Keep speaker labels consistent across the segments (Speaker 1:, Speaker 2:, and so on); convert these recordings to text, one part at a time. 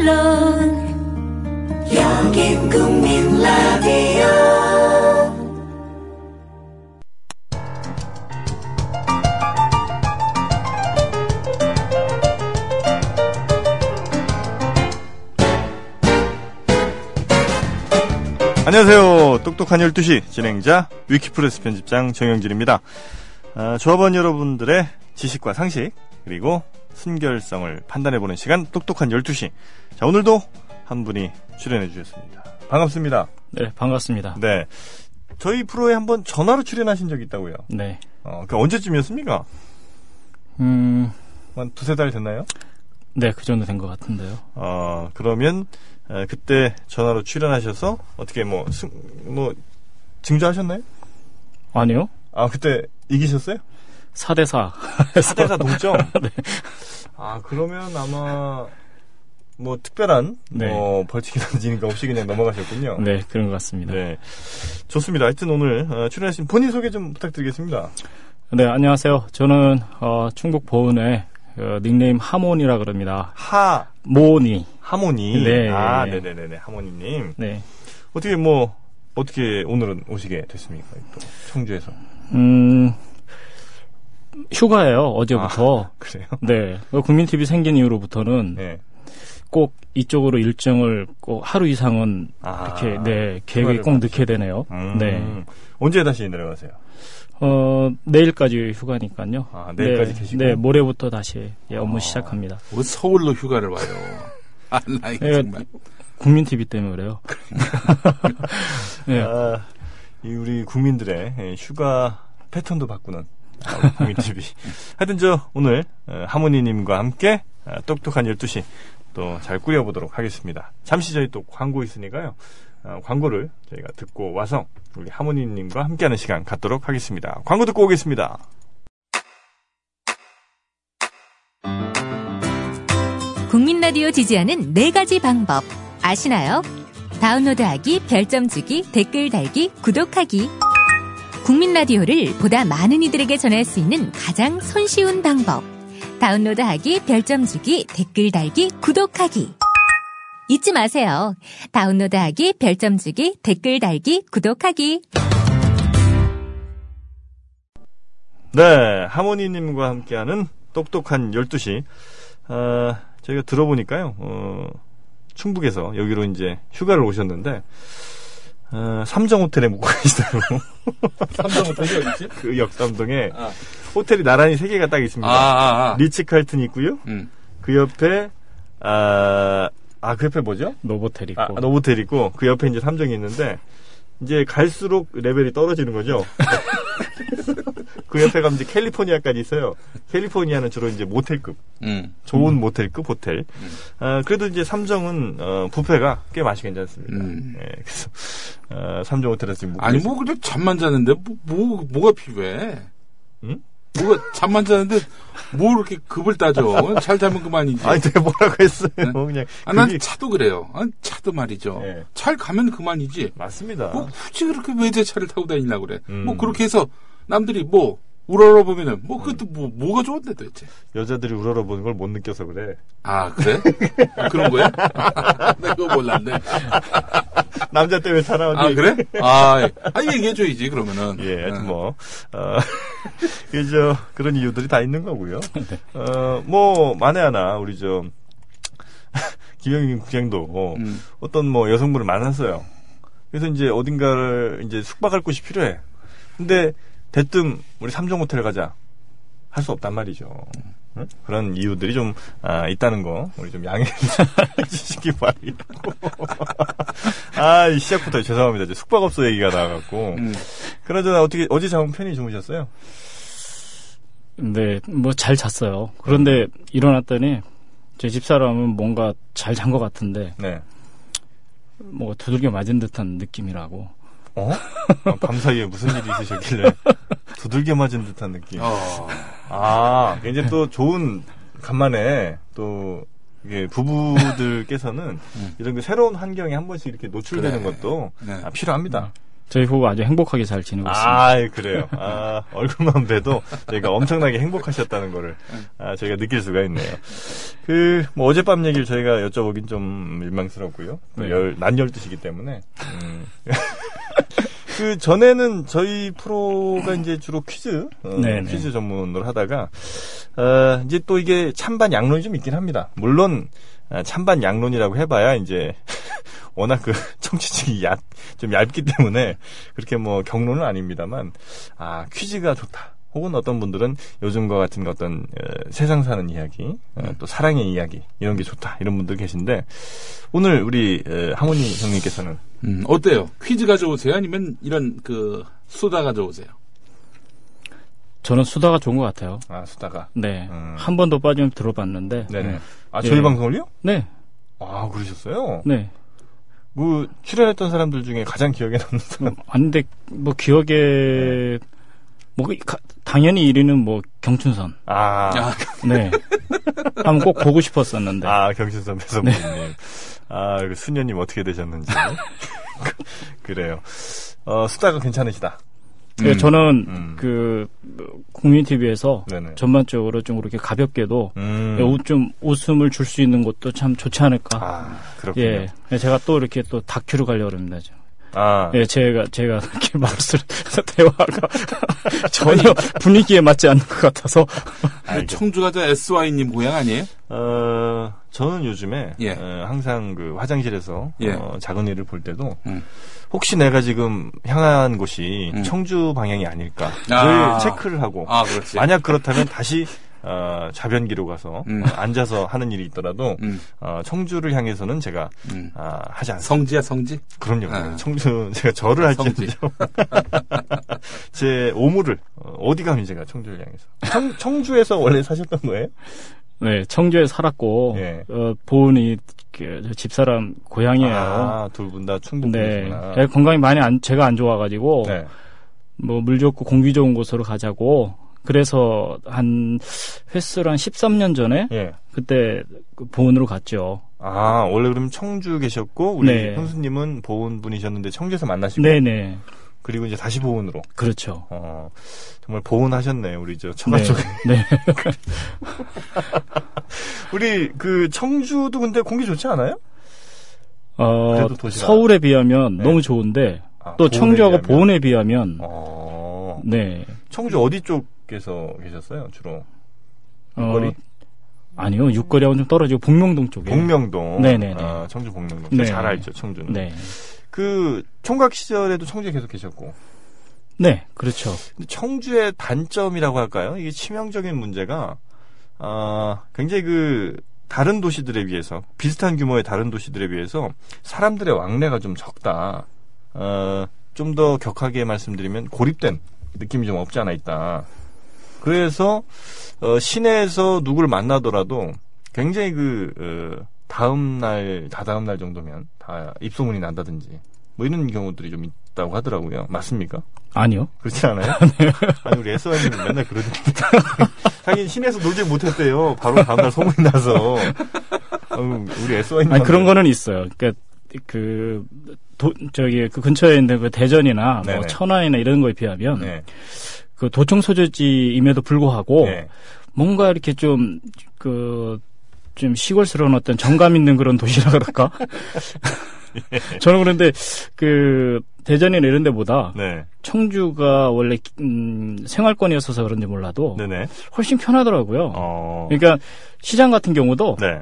Speaker 1: 물론 여긴 국민 라디오
Speaker 2: 안녕하세요. 똑똑한 12시 진행자 위키프레스 편집장 정영진입니다. 아, 조합원 여러분들의 지식과 상식 그리고 순결성을 판단해보는 시간 똑똑한 12시. 자 오늘도 한 분이 출연해 주셨습니다. 반갑습니다.
Speaker 3: 네, 반갑습니다.
Speaker 2: 네. 저희 프로에 한번 전화로 출연하신 적이 있다고요.
Speaker 3: 네.
Speaker 2: 어, 그 언제쯤이었습니까?
Speaker 3: 음,
Speaker 2: 한 두세 달 됐나요?
Speaker 3: 네, 그 정도 된 것 같은데요.
Speaker 2: 어, 그러면 에, 그때 전화로 출연하셔서 어떻게 뭐, 승, 뭐 증조하셨나요?
Speaker 3: 아니요.
Speaker 2: 아 그때 이기셨어요?
Speaker 3: 4대4.
Speaker 2: 4대4 동점?
Speaker 3: 네.
Speaker 2: 아, 그러면 아마, 뭐, 특별한,
Speaker 3: 네.
Speaker 2: 뭐, 벌칙이나 지니까 없이 그냥 넘어가셨군요.
Speaker 3: 네, 그런 것 같습니다. 네.
Speaker 2: 네. 좋습니다. 하여튼 오늘 어, 출연하신 본인 소개 좀 부탁드리겠습니다.
Speaker 3: 네, 안녕하세요. 저는, 어, 충북 보은의 어, 닉네임 하모니라 그럽니다.
Speaker 2: 하,
Speaker 3: 모니.
Speaker 2: 하모니.
Speaker 3: 네.
Speaker 2: 아, 네네네네. 하모니님.
Speaker 3: 네.
Speaker 2: 어떻게 뭐, 어떻게 오늘은 오시게 됐습니까? 또 청주에서.
Speaker 3: 음, 휴가예요. 어제부터.
Speaker 2: 아, 그래요?
Speaker 3: 네. 국민TV 생긴 이후로부터는
Speaker 2: 네.
Speaker 3: 꼭 이쪽으로 일정을 꼭 하루 이상은
Speaker 2: 아.
Speaker 3: 이렇게, 네, 계획에 꼭 넣게 되네요.
Speaker 2: 음.
Speaker 3: 네.
Speaker 2: 언제 다시 내려가세요?
Speaker 3: 어, 내일까지 휴가니까요.
Speaker 2: 아, 내일까지
Speaker 3: 네,
Speaker 2: 계시고? 아,
Speaker 3: 네, 모레부터 다시 예, 업무 시작합니다.
Speaker 4: 뭐 서울로 휴가를 와요. 아, 나 이거
Speaker 3: 예.
Speaker 4: 정말.
Speaker 3: 국민 TV 때문에 그래요. 예.
Speaker 2: 아, 이 우리 국민들의 예, 휴가 패턴도 바꾸는 아, 국민 TV. 하여튼 저 오늘 어, 하모니님과 함께 아, 똑똑한 12시 또 잘 꾸려보도록 하겠습니다. 잠시 저희 또 광고 있으니까요. 어, 광고를 저희가 듣고 와서 우리 하모니님과 함께하는 시간 갖도록 하겠습니다. 광고 듣고 오겠습니다.
Speaker 5: 국민 라디오 지지하는 네 가지 방법 아시나요? 다운로드하기, 별점 주기, 댓글 달기, 구독하기. 국민 라디오를 보다 많은 이들에게 전할 수 있는 가장 손쉬운 방법. 다운로드하기, 별점 주기, 댓글 달기, 구독하기. 잊지 마세요. 다운로드하기, 별점 주기, 댓글 달기, 구독하기.
Speaker 2: 네, 하모니님과 함께하는 똑똑한 12시. 아, 저희가 들어보니까요, 어, 충북에서 여기로 이제 휴가를 오셨는데, 아, 삼정 호텔에 묵고 계시다고.
Speaker 4: 삼성 호텔이 어딨지?
Speaker 2: 그 역삼동에
Speaker 4: 아.
Speaker 2: 호텔이 나란히 세 개가 딱 있습니다.
Speaker 4: 아, 아, 아.
Speaker 2: 리츠 칼튼 있고요.
Speaker 4: 음.
Speaker 2: 그 옆에, 아, 아, 그 옆에 뭐죠?
Speaker 3: 노보텔 있고.
Speaker 2: 아, 노보텔 있고, 그 옆에 이제 삼정이 있는데, 이제 갈수록 레벨이 떨어지는 거죠. 그 옆에 가면 이제 캘리포니아까지 있어요. 캘리포니아는 주로 이제 모텔급,
Speaker 4: 음.
Speaker 2: 좋은 모텔급 호텔. 아, 그래도 이제 삼정은, 어, 뷔페가 꽤 맛이 괜찮습니다.
Speaker 4: 음.
Speaker 2: 예, 그래서, 어, 삼정 호텔에서 지금 묵고
Speaker 4: 아니
Speaker 2: 있습니다.
Speaker 4: 뭐 그냥 잠만 자는데 뭐, 뭐 뭐가 필요해?
Speaker 2: 응?
Speaker 4: 뭐가 잠만 자는데 뭐 이렇게 급을 따져? 잘 자면 그만이지.
Speaker 2: 아니, 내가 뭐라고 했어요.
Speaker 4: 네?
Speaker 2: 그냥.
Speaker 4: 아, 난
Speaker 2: 그게-
Speaker 4: 차도 그래요. 아, 차도 말이죠.
Speaker 2: 예.
Speaker 4: 잘 가면 그만이지.
Speaker 2: 맞습니다.
Speaker 4: 뭐 굳이 그렇게 외제차를 타고 다니려고 그래?
Speaker 2: 음.
Speaker 4: 뭐 그렇게 해서 남들이 뭐 우러러보면은 뭐 그것도 뭐 뭐가 좋은데 도대체?
Speaker 2: 여자들이 우러러보는 걸 못 느껴서 그래.
Speaker 4: 아 그래? 그런 거야? 나 그거 몰랐네.
Speaker 2: 남자 때문에 살아온
Speaker 4: 아 그래? 아, 예. 아 얘기해줘야지 그러면은. 네.
Speaker 2: 예, 하여튼
Speaker 4: 응.
Speaker 2: 뭐, 어, 그저, 그런 이유들이 다 있는 거고요. 어, 뭐, 만에 하나, 우리 저, 김영민 국장도
Speaker 4: 음.
Speaker 2: 어떤 뭐 여성분을 만났어요. 그래서 이제 어딘가를 이제 숙박할 곳이 필요해. 근데, 대뜸, 우리 삼종 호텔 가자. 할 수 없단 말이죠. 응? 그런 이유들이 좀, 아, 있다는 거, 우리 좀 양해를 해주시기 바랍니다. 아, 이 시작부터 죄송합니다. 이제 숙박업소 얘기가 나와갖고.
Speaker 4: 음.
Speaker 2: 그나저나 어떻게 어제 잠은 편히 주무셨어요?
Speaker 3: 네, 뭐 잘 잤어요. 그런데 일어났더니 제 집사람은 뭔가 잘 잔 것 같은데
Speaker 2: 네.
Speaker 3: 뭐 두들겨 맞은 듯한 느낌이라고.
Speaker 2: 어? 아, 밤 사이에 무슨 일이 있으셨길래 두들겨 맞은 듯한 느낌.
Speaker 4: 어.
Speaker 2: 아, 이제 또 좋은 간만에 또 이게 부부들께서는 이런 음. 그 새로운 환경에 한 번씩 이렇게 노출되는
Speaker 4: 그래.
Speaker 2: 것도
Speaker 4: 네.
Speaker 2: 아, 필요합니다.
Speaker 3: 저희 부부 아주 행복하게 잘 지내고 있습니다.
Speaker 2: 아, 예, 그래요. 아, 얼굴만 봬도 저희가 엄청나게 행복하셨다는 거를 아, 저희가 느낄 수가 있네요. 그, 뭐, 어젯밤 얘기를 저희가 여쭤보긴 좀 민망스럽고요.
Speaker 3: 네.
Speaker 2: 열, 낮 12시기 때문에. 음. 그 전에는 저희 프로가 이제 주로 퀴즈, 어,
Speaker 3: 네네.
Speaker 2: 퀴즈 전문으로 하다가, 어, 이제 또 이게 찬반 양론이 좀 있긴 합니다. 물론, 아, 찬반 양론이라고 해봐야 이제 워낙 그 청취층이 얕, 좀 얇기 때문에 그렇게 뭐 경로는 아닙니다만 아 퀴즈가 좋다. 혹은 어떤 분들은 요즘과 같은 어떤 어, 세상 사는 이야기, 어,
Speaker 3: 네.
Speaker 2: 또 사랑의 이야기 이런 게 좋다 이런 분들 계신데 오늘 우리 어, 하모니 형님께서는
Speaker 4: 음, 어때요? 퀴즈 가져오세요? 아니면 이런 그 수다 가져오세요?
Speaker 3: 저는 수다가 좋은 것 같아요.
Speaker 2: 아 수다가
Speaker 3: 네.
Speaker 2: 음.
Speaker 3: 한 번도 빠지면 들어봤는데.
Speaker 2: 네네 아
Speaker 3: 예.
Speaker 2: 저희 방송을요?
Speaker 3: 네.
Speaker 2: 아 그러셨어요?
Speaker 3: 네.
Speaker 2: 그 출연했던 사람들 중에 가장 기억에 남는 사람
Speaker 3: 안데 뭐
Speaker 2: 네.
Speaker 3: 기억에 뭐 그- 가- 당연히 1위는 뭐 경춘선.
Speaker 2: 아
Speaker 4: 야,
Speaker 3: 네. 한번 꼭 보고
Speaker 4: 네.
Speaker 3: 싶었었는데.
Speaker 2: 아, 경신선 배선배님. 아, 그 수녀님 어떻게 되셨는지. 그- 그래요. 어, 수다가 괜찮으시다.
Speaker 3: 네,
Speaker 4: 음.
Speaker 3: 저는
Speaker 2: 음.
Speaker 3: 그 국민 TV에서
Speaker 2: 네네.
Speaker 3: 전반적으로 좀 그렇게 가볍게도
Speaker 2: 음.
Speaker 4: 네,
Speaker 3: 예, 웃- 좀 웃음을 줄 수 있는 것도 참 좋지 않을까.
Speaker 2: 아, 그렇군요.
Speaker 3: 예, 예, 제가 또 이렇게 또 다큐로 가려고 합니다. 지금.
Speaker 2: 아,
Speaker 3: 예, 제가 제가 이렇게 말을 대화가 전혀 분위기에 맞지 않는 것 같아서
Speaker 2: 알겠-
Speaker 4: 청주가자 SY님 고향 아니에요?
Speaker 2: 어, 저는 요즘에
Speaker 4: 예.
Speaker 2: 어, 항상 그 화장실에서
Speaker 4: 예.
Speaker 2: 어, 작은 일을 볼 때도
Speaker 4: 음.
Speaker 2: 혹시 내가 지금 향한 곳이
Speaker 4: 음.
Speaker 2: 청주 방향이 아닐까 늘
Speaker 4: 아.
Speaker 2: 체크를 하고
Speaker 4: 아, 그렇지.
Speaker 2: 예. 만약 그렇다면 다시 어, 좌변기로 가서
Speaker 4: 음.
Speaker 2: 어, 앉아서 하는 일이 있더라도
Speaker 4: 음,
Speaker 2: 어, 청주를 향해서는 제가
Speaker 4: 음.
Speaker 2: 아, 하지 않습니다.
Speaker 4: 성지야, 성지?
Speaker 2: 그럼요.
Speaker 4: 아.
Speaker 2: 청주 제가 절을 할지는
Speaker 4: 성지.
Speaker 2: 제 오물을 어, 어디 가면 제가 청주를 향해서 청, 청주에서 원래 사셨던 거예요?
Speaker 3: 네, 청주에 살았고
Speaker 2: 예.
Speaker 3: 어, 보은이 그 집사람 고향이에요.
Speaker 2: 아, 둘 분 다 충북
Speaker 3: 네,
Speaker 2: 분이구나.
Speaker 3: 예, 건강이 많이 안 제가 안 좋아가지고
Speaker 2: 네.
Speaker 3: 뭐 물 좋고 공기 좋은 곳으로 가자고 그래서 한 횟수로 한 13년 전에
Speaker 2: 예.
Speaker 3: 그때 그 보은으로 갔죠.
Speaker 2: 아, 원래 그럼 청주 계셨고 우리
Speaker 3: 네.
Speaker 2: 형수님은 보은 분이셨는데 청주에서 만나시고
Speaker 3: 네네.
Speaker 2: 그리고 이제 다시 보은으로.
Speaker 3: 그렇죠.
Speaker 2: 어. 정말 보은 하셨네요. 우리 저 청아
Speaker 3: 네.
Speaker 2: 쪽에.
Speaker 3: 네.
Speaker 2: 우리 그 청주도 근데 공기 좋지 않아요?
Speaker 3: 어,
Speaker 2: 그래도 도시가-
Speaker 3: 서울에 비하면
Speaker 2: 네.
Speaker 3: 너무 좋은데
Speaker 2: 아,
Speaker 3: 또
Speaker 2: 보은에
Speaker 3: 청주하고
Speaker 2: 비하면?
Speaker 3: 보은에 비하면
Speaker 2: 어.
Speaker 3: 네.
Speaker 2: 청주 어디 쪽에서 계셨어요? 주로.
Speaker 3: 어,
Speaker 2: 거리?
Speaker 3: 아니요. 육거리하고 좀 떨어지고 복명동 쪽에.
Speaker 2: 복명동.
Speaker 3: 네. 네네네.
Speaker 2: 아, 청주 복명동.
Speaker 3: 네.
Speaker 2: 잘 알죠, 청주는.
Speaker 3: 네.
Speaker 2: 그 총각 시절에도 청주에 계속 계셨고.
Speaker 3: 네, 그렇죠.
Speaker 2: 근데 청주의 단점이라고 할까요? 이게 치명적인 문제가 아, 굉장히 그 다른 도시들에 비해서 비슷한 규모의 다른 도시들에 비해서 사람들의 왕래가 좀 적다. 어, 좀 더 격하게 말씀드리면 고립된 느낌이 좀 없지 않아 있다. 그래서 어, 시내에서 누굴 만나더라도 굉장히 그 어, 다음 날 다다음 날 정도면 다 입소문이 난다든지 뭐 이런 경우들이 좀 있다고 하더라고요. 맞습니까?
Speaker 3: 아니요.
Speaker 2: 그렇지 않아요?
Speaker 3: 네.
Speaker 2: 아니 우리 SY님은 맨날 그러는데 자기는 시내에서 놀지 못했대요. 바로 다음날 소문이 나서 아유, 우리 SY님
Speaker 3: 아니 그런 거는 있어요. 그러니까 그 도, 저기 그 근처에 있는 그 대전이나 뭐
Speaker 2: 네네.
Speaker 3: 천안이나 이런 거에 비하면
Speaker 2: 네.
Speaker 3: 그 도청 소재지임에도 불구하고
Speaker 2: 네.
Speaker 3: 뭔가 이렇게 좀, 그, 좀 시골스러운 어떤 정감 있는 그런 도시라 그럴까? 저는 그런데, 그, 대전이나 이런 데보다
Speaker 2: 네.
Speaker 3: 청주가 원래, 음, 생활권이었어서 그런지 몰라도
Speaker 2: 네네.
Speaker 3: 훨씬 편하더라고요.
Speaker 2: 어.
Speaker 3: 그러니까 시장 같은 경우도
Speaker 2: 네.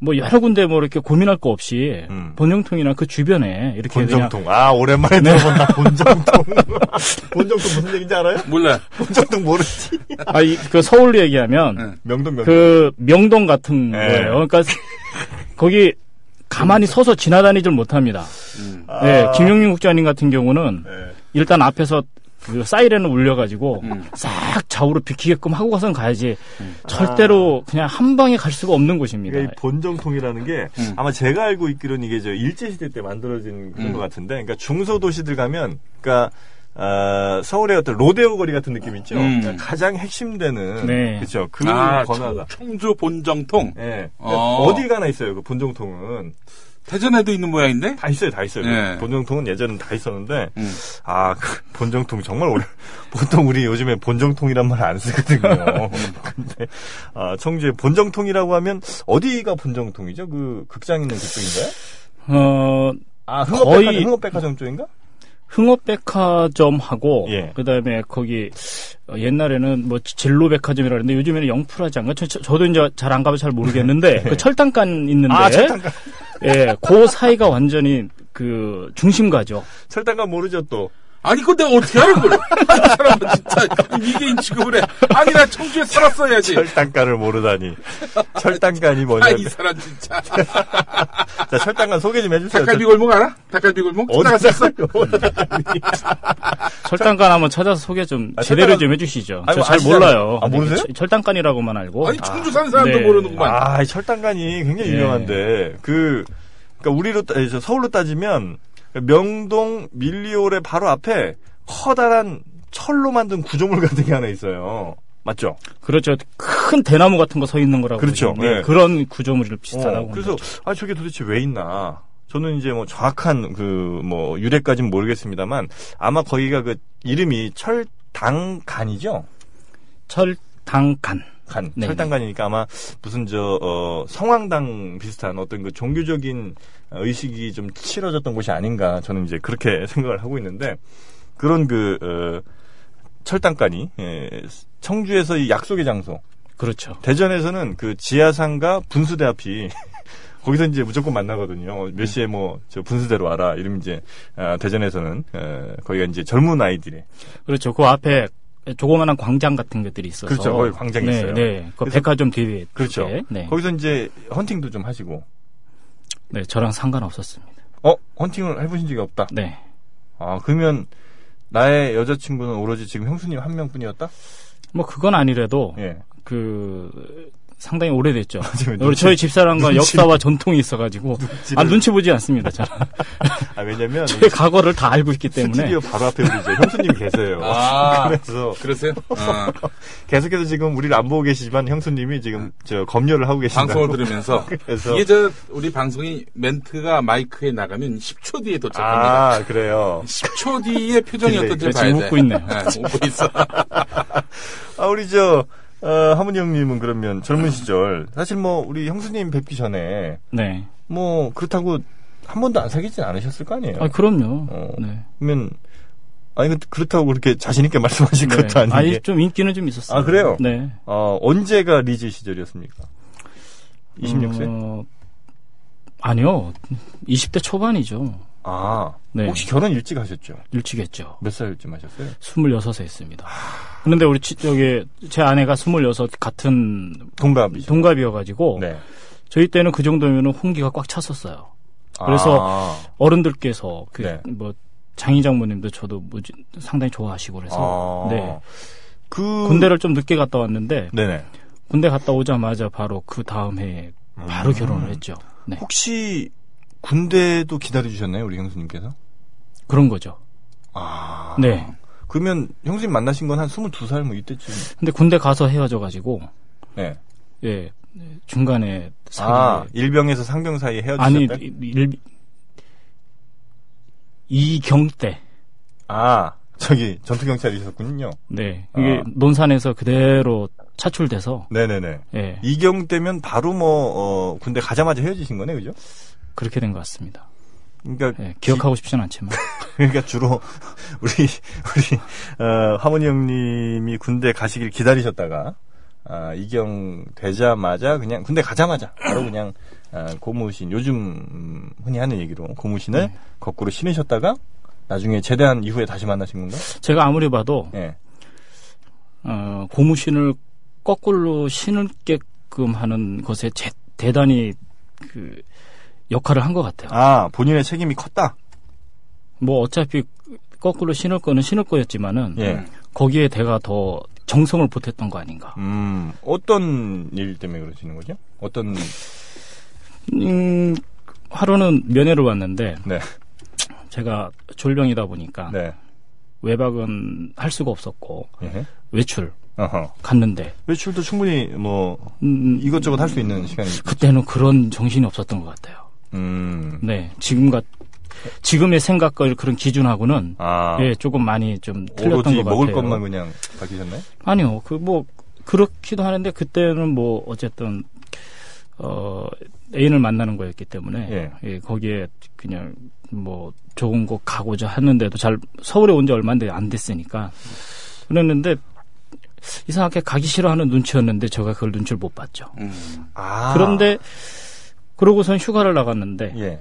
Speaker 3: 뭐 여러 군데 뭐 이렇게 고민할 거 없이
Speaker 2: 음.
Speaker 3: 본영통이나 그 주변에 이렇게 그냥
Speaker 2: 본정통. 아 오랜만에
Speaker 3: 네.
Speaker 2: 들어본다. 본정통. 본정통 무슨 얘기인지 알아요?
Speaker 4: 몰라.
Speaker 2: 본정통 모르지.
Speaker 3: 아, 이, 그 서울로 얘기하면
Speaker 4: 응.
Speaker 2: 명동 명동.
Speaker 3: 그 명동 같은
Speaker 2: 예.
Speaker 3: 거예요. 그러니까 거기 가만히 서서 지나다니질 못합니다.
Speaker 4: 음.
Speaker 2: 아,
Speaker 3: 네, 김용민 국장님 같은 경우는
Speaker 2: 네.
Speaker 3: 일단 앞에서 그 사이렌을 울려가지고
Speaker 4: 음.
Speaker 3: 싹 좌우로 비키게끔 하고 가선 가야지 절대로 그냥 한 방에 갈 수가 없는 곳입니다.
Speaker 2: 그러니까 음. 아. 이 본정통이라는 게
Speaker 4: 음.
Speaker 2: 아마 제가 알고 있기로는 이게 저 일제 시대 때 만들어진 그런
Speaker 4: 음.
Speaker 2: 것 같은데, 그러니까 중소 도시들 가면, 그러니까 어, 서울의 어떤 로데오 거리 같은 느낌 있죠.
Speaker 4: 음.
Speaker 2: 그러니까 가장 핵심되는
Speaker 3: 네.
Speaker 2: 그렇죠. 그
Speaker 4: 아,
Speaker 2: 번화가.
Speaker 4: 청주 본정통.
Speaker 2: 예. 그러니까
Speaker 4: 어.
Speaker 2: 어디 가나 있어요. 그 본정통은
Speaker 4: 대전에도 있는 모양인데?
Speaker 2: 다 있어요, 다 있어요.
Speaker 4: 예.
Speaker 2: 본정통은 예전엔 다 있었는데,
Speaker 4: 음.
Speaker 2: 아, 그 본정통 정말 오래, 보통 우리 요즘에 본정통이란 말 안 쓰거든요. 근데, 아, 청주에 본정통이라고 하면, 어디가 본정통이죠? 그, 극장 있는 그쪽인가요?
Speaker 3: 어,
Speaker 2: 아,
Speaker 3: 거의-
Speaker 2: 흥업백화점, 흥업백화점 쪽인가?
Speaker 3: 흥업백화점하고
Speaker 2: 예.
Speaker 3: 그다음에 거기 어, 옛날에는 뭐 진로백화점이라 그랬는데 요즘에는 영프라지인가 저, 도 이제 잘 안 가서 잘 모르겠는데 그 철당간 있는데
Speaker 2: 네. 아, 철당간.
Speaker 3: 예, 그 사이가 완전히 그 중심가죠.
Speaker 2: 철당가 모르죠, 또.
Speaker 4: 아니, 근데 어떻게 하는 거야? 이 사람은 진짜 이게 취급을 해. 아니, 나 청주에 살았어야지.
Speaker 2: 철당가를 모르다니. 철당간이
Speaker 4: 아,
Speaker 2: 뭐냐.
Speaker 4: 이 사람 진짜.
Speaker 2: 자, 철당간 소개 좀 해주세요.
Speaker 4: 닭갈비 골목 알아? 닭갈비 골목? 찾아갔었어?
Speaker 3: 철당간 한번 찾아서 소개 좀
Speaker 2: 아,
Speaker 3: 제대로
Speaker 2: 철당간-
Speaker 3: 좀 해주시죠.
Speaker 2: 아이고,
Speaker 3: 저 잘
Speaker 2: 아시잖아요.
Speaker 3: 몰라요.
Speaker 2: 아, 모르세요?
Speaker 3: 네, 철당간이라고만 알고
Speaker 4: 아니, 청주 사는 사람도
Speaker 3: 네.
Speaker 4: 모르는구만.
Speaker 2: 뭐, 아, 이 철당간이 굉장히
Speaker 3: 예.
Speaker 2: 유명한데 그 그러니까 우리로 따- 에, 저 서울로 따지면 명동 밀리올의 바로 앞에 커다란 철로 만든 구조물 같은 게 하나 있어요. 맞죠?
Speaker 3: 그렇죠. 큰 대나무 같은 거 서 있는 거라고
Speaker 2: 그렇죠.
Speaker 3: 그러죠. 예,
Speaker 2: 네.
Speaker 3: 그런 구조물을 비슷하다고.
Speaker 2: 어, 그래서 아 저게 도대체 왜 있나? 저는 이제 뭐 정확한 그 뭐 유래까지는 모르겠습니다만 아마 거기가 그 이름이 철당간이죠.
Speaker 3: 철당간.
Speaker 2: 간
Speaker 3: 네.
Speaker 2: 철당간이니까 아마 무슨 저 어, 성황당 비슷한 어떤 그 종교적인 의식이 좀 치러졌던 곳이 아닌가 저는 이제 그렇게 생각을 하고 있는데 그런 그 어, 철당간이 예, 청주에서 이 약속의 장소
Speaker 3: 그렇죠.
Speaker 2: 대전에서는 그 지하상가 분수대 앞이 거기서 이제 무조건 만나거든요. 몇 시에 뭐 저 분수대로 와라 이러면 이제 아, 대전에서는 어, 거기가 이제 젊은 아이들의
Speaker 3: 그렇죠. 그 앞에 조그마한 광장 같은 것들이 있어서.
Speaker 2: 그렇죠. 거기 광장이
Speaker 3: 네,
Speaker 2: 있어요.
Speaker 3: 네. 그
Speaker 2: 그래서-
Speaker 3: 백화점 뒤에.
Speaker 2: 그렇죠.
Speaker 3: 네, 네.
Speaker 2: 거기서 이제 헌팅도 좀 하시고
Speaker 3: 네, 저랑 상관없었습니다.
Speaker 2: 어 헌팅을 해보신 적이 없다.
Speaker 3: 네.
Speaker 2: 아, 그러면 나의 여자친구는 오로지 지금 형수님 한 명뿐이었다?
Speaker 3: 뭐 그건 아니래도
Speaker 2: 예.
Speaker 3: 그 상당히 오래됐죠.
Speaker 2: 지금
Speaker 3: 우리 저희 집사람과
Speaker 2: 눈치-
Speaker 3: 역사와 전통이 있어가지고
Speaker 2: 눈치를-
Speaker 3: 아 눈치 보지 않습니다. 저는
Speaker 2: 아, 왜냐면
Speaker 3: 저의 과거를 다 알고 있기 때문에
Speaker 2: 스튜디오 바로 앞에 우리 이제 형수님 계세요.
Speaker 4: 아.
Speaker 2: 그래서 네.
Speaker 4: 그러세요? 아,
Speaker 2: 계속해서 지금 우리를 안 보고 계시지만 형수님이 지금 저 검열을 하고 계신다고.
Speaker 4: 방송을 들으면서.
Speaker 2: 그래서
Speaker 4: 이게 저, 우리 방송이 멘트가 마이크에 나가면 10초 뒤에 도착합니다.
Speaker 2: 아, 그래요.
Speaker 4: 10초 뒤에 표정이
Speaker 2: 딜레이.
Speaker 3: 지금
Speaker 4: 어떤지 봐야 돼.
Speaker 3: 웃고 있네요.
Speaker 4: 네, 웃고 있어.
Speaker 2: 아, 우리 저 어, 하문이 형님은 그러면 젊은 시절 사실 뭐 우리 형수님 뵙기 전에
Speaker 3: 네.
Speaker 2: 뭐 그렇다고 한 번도 안 사귀진 않으셨을 거 아니에요.
Speaker 3: 아 그럼요.
Speaker 2: 어.
Speaker 3: 네.
Speaker 2: 그러면 아니 근데 그렇다고 그렇게 자신 있게 말씀하신 것도 아닌데.
Speaker 3: 네. 아니 좀 인기는 좀 있었어요.
Speaker 2: 아, 그래요?
Speaker 3: 네.
Speaker 2: 어, 언제가 리즈 시절이었습니까? 26세?
Speaker 3: 어, 아니요. 20대 초반이죠.
Speaker 2: 아,
Speaker 3: 네.
Speaker 2: 혹시 결혼 일찍 하셨죠?
Speaker 3: 일찍 했죠.
Speaker 2: 몇 살쯤 하셨어요?
Speaker 3: 26에 했습니다. 그런데 우리 치- 저기 제 아내가 26 같은
Speaker 2: 동갑이죠.
Speaker 3: 동갑이어가지고
Speaker 2: 네.
Speaker 3: 저희 때는 그 정도면 홍기가 꽉 찼었어요. 그래서
Speaker 2: 아,
Speaker 3: 어른들께서 그
Speaker 2: 네.
Speaker 3: 뭐 장희 장모님도 저도 뭐지 상당히 좋아하시고 그래서
Speaker 2: 아.
Speaker 3: 네.
Speaker 2: 그
Speaker 3: 군대를 좀 늦게 갔다 왔는데
Speaker 2: 네네.
Speaker 3: 군대 갔다 오자마자 바로 그 다음 해에 바로 결혼을 했죠. 네.
Speaker 2: 혹시 군대도 기다려 주셨나요, 우리 형수님께서?
Speaker 3: 그런 거죠.
Speaker 2: 아.
Speaker 3: 네.
Speaker 2: 그러면 형수님 만나신 건 한 22살 뭐 이때쯤.
Speaker 3: 근데 군대 가서 헤어져 가지고
Speaker 2: 네.
Speaker 3: 예 중간에 사기
Speaker 2: 아, 일병에서 상병 사이에 헤어지셨다.
Speaker 3: 아니 일, 이경 때
Speaker 2: 아, 저기 전투 경찰이셨군요.
Speaker 3: 네. 이게
Speaker 2: 아.
Speaker 3: 논산에서 그대로 차출돼서
Speaker 2: 네네네.
Speaker 3: 예.
Speaker 2: 이경 때면 바로 뭐 어, 군대 가자마자 헤어지신 거네, 그죠?
Speaker 3: 그렇게 된 것 같습니다.
Speaker 2: 그러니까
Speaker 3: 예, 기억하고 싶진 않지만
Speaker 2: 그러니까 주로 우리 우리 어, 하모니 형님이 군대 가시길 기다리셨다가 아, 이경 되자마자 그냥 군대 가자마자 바로 그냥 아, 고무신 요즘 음, 흔히 하는 얘기로 고무신을
Speaker 3: 네.
Speaker 2: 거꾸로 신으셨다가 나중에 제대한 이후에 다시 만나신 건가?
Speaker 3: 제가 아무리 봐도
Speaker 2: 예.
Speaker 3: 어, 고무신을 거꾸로 신을게끔 하는 것에 제- 대단히 그 역할을 한 것 같아요.
Speaker 2: 아 본인의 책임이 컸다.
Speaker 3: 뭐 어차피 거꾸로 신을 거는 신을 거였지만은
Speaker 2: 예.
Speaker 3: 거기에 내가 더 정성을 보탰던 거 아닌가.
Speaker 2: 음 어떤 일 때문에 그러시는 거죠? 어떤
Speaker 3: 음, 하루는 면회를 왔는데
Speaker 2: 네
Speaker 3: 제가 졸병이다 보니까
Speaker 2: 네.
Speaker 3: 외박은 할 수가 없었고
Speaker 2: 예.
Speaker 3: 외출
Speaker 2: 어허.
Speaker 3: 갔는데
Speaker 2: 외출도 충분히 뭐
Speaker 3: 음,
Speaker 2: 이것저것 할 수 있는 시간이
Speaker 3: 그때는 그런 정신이 없었던 것 같아요.
Speaker 2: 음.
Speaker 3: 네, 지금과 지금의 생각과 그런 기준하고는
Speaker 2: 아.
Speaker 3: 예, 조금 많이 좀 틀렸던
Speaker 2: 오로지
Speaker 3: 것 같아요.
Speaker 2: 먹을 것만 그냥 바뀌셨나요?
Speaker 3: 아니요, 그 뭐 그렇기도 하는데 그때는 뭐 어쨌든 어 애인을 만나는 거였기 때문에
Speaker 2: 예.
Speaker 3: 예, 거기에 그냥 뭐 좋은 곳 가고자 하는데도 잘 서울에 온 지 얼마 안 됐으니까 그랬는데 이상하게 가기 싫어하는 눈치였는데 제가 그걸 눈치를 못 봤죠.
Speaker 4: 음.
Speaker 2: 아.
Speaker 3: 그런데 그러고선 휴가를 나갔는데
Speaker 2: 예.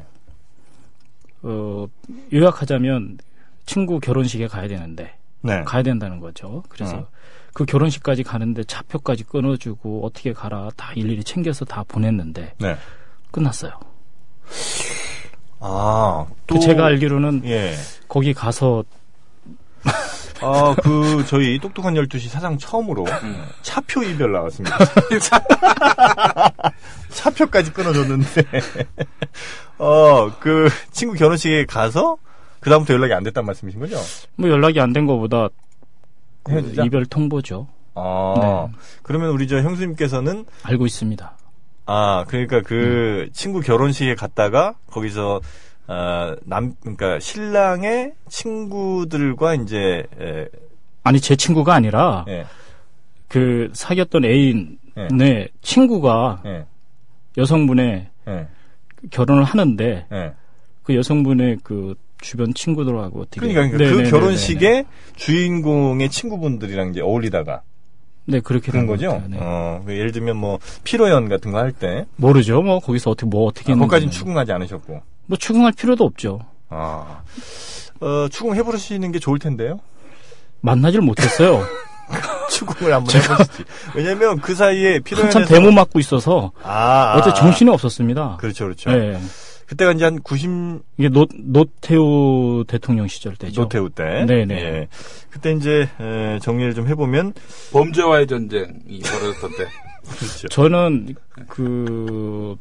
Speaker 3: 어, 요약하자면 친구 결혼식에 가야 되는데
Speaker 2: 네.
Speaker 3: 가야 된다는 거죠. 그래서
Speaker 2: 음.
Speaker 3: 그 결혼식까지 가는데 차표까지 끊어주고 어떻게 가라 다 일일이 챙겨서 다 보냈는데
Speaker 2: 네.
Speaker 3: 끝났어요.
Speaker 2: 아.
Speaker 3: 그 제가 알기로는
Speaker 2: 예.
Speaker 3: 거기 가서
Speaker 2: 아, 그, 저희 똑똑한 12시 사상 처음으로 차표 이별 나왔습니다. 차표까지 끊어줬는데, 어, 그, 친구 결혼식에 가서, 그다음부터 연락이 안 됐단 말씀이신 거죠?
Speaker 3: 뭐 연락이 안 된 거보다 그
Speaker 2: 헤어지자?
Speaker 3: 이별 통보죠.
Speaker 2: 아,
Speaker 3: 네.
Speaker 2: 그러면 우리 저 형수님께서는,
Speaker 3: 알고 있습니다.
Speaker 2: 아, 그러니까
Speaker 3: 음.
Speaker 2: 그 친구 결혼식에 갔다가, 거기서, 어, 남, 그러니까 신랑의 친구들과 이제, 예,
Speaker 3: 아니 제 친구가 아니라
Speaker 2: 예,
Speaker 3: 그 사귀었던 애인의
Speaker 2: 예,
Speaker 3: 친구가
Speaker 2: 예,
Speaker 3: 여성분의
Speaker 2: 예,
Speaker 3: 결혼을 하는데
Speaker 2: 예.
Speaker 3: 그 여성분의 그 주변 친구들하고 어떻게
Speaker 2: 그러니까, 그러니까
Speaker 3: 네, 네,
Speaker 2: 그
Speaker 3: 네,
Speaker 2: 결혼식에
Speaker 3: 네,
Speaker 2: 주인공의 친구분들이랑 이제 어울리다가
Speaker 3: 네. 네, 그렇게
Speaker 2: 그런
Speaker 3: 된
Speaker 2: 거죠.
Speaker 3: 같아요. 네.
Speaker 2: 어, 그 예를 들면 뭐 피로연 같은 거 할 때,
Speaker 3: 모르죠. 뭐 거기서 어떻게 뭐 어떻게
Speaker 2: 아, 거기까지는
Speaker 3: 했는지는.
Speaker 2: 추궁하지 않으셨고,
Speaker 3: 뭐 추궁할 필요도 없죠.
Speaker 2: 아, 어, 추궁해 보시는 게 좋을 텐데요.
Speaker 3: 만나질 못했어요.
Speaker 2: 추궁을 한번 해보시지. 왜냐면 그 사이에 피로연에서
Speaker 3: 한참 데모 맞고 있어서
Speaker 2: 아,
Speaker 3: 어째 정신이 없었습니다.
Speaker 2: 그렇죠, 그렇죠.
Speaker 3: 예.
Speaker 2: 그때가 이제 한 90,
Speaker 3: 이게 노 노태우 대통령 시절 때죠.
Speaker 2: 노태우 때.
Speaker 3: 네네.
Speaker 2: 예. 그때 이제 에, 정리를 좀 해보면
Speaker 4: 범죄와의 전쟁이 벌어졌던 때.
Speaker 2: 그렇죠.
Speaker 3: 저는 그,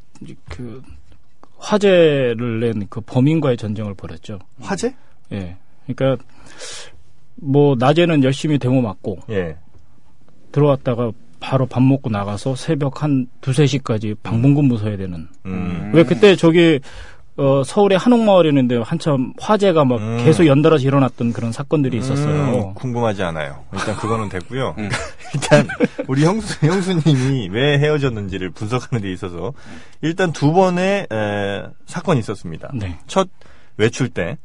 Speaker 3: 그 화제를 낸 그 범인과의 전쟁을 벌였죠.
Speaker 2: 화재?
Speaker 3: 예. 그러니까 뭐 낮에는 열심히 데모 맞고
Speaker 2: 예.
Speaker 3: 들어왔다가 바로 밥 먹고 나가서 새벽 한 두세 시까지 방문근무 서야 되는
Speaker 2: 음.
Speaker 3: 왜 그때 저기 어, 서울의 한옥마을이었는데 한참 화재가 막
Speaker 2: 음.
Speaker 3: 계속 연달아서 일어났던 그런 사건들이
Speaker 2: 음,
Speaker 3: 있었어요.
Speaker 2: 궁금하지 않아요. 일단 그거는 됐고요.
Speaker 4: 음.
Speaker 2: 일단 우리 형수 형수님이 왜 헤어졌는지를 분석하는 데 있어서 일단 두 번의 에, 사건이 있었습니다.
Speaker 3: 네.
Speaker 2: 첫 외출 때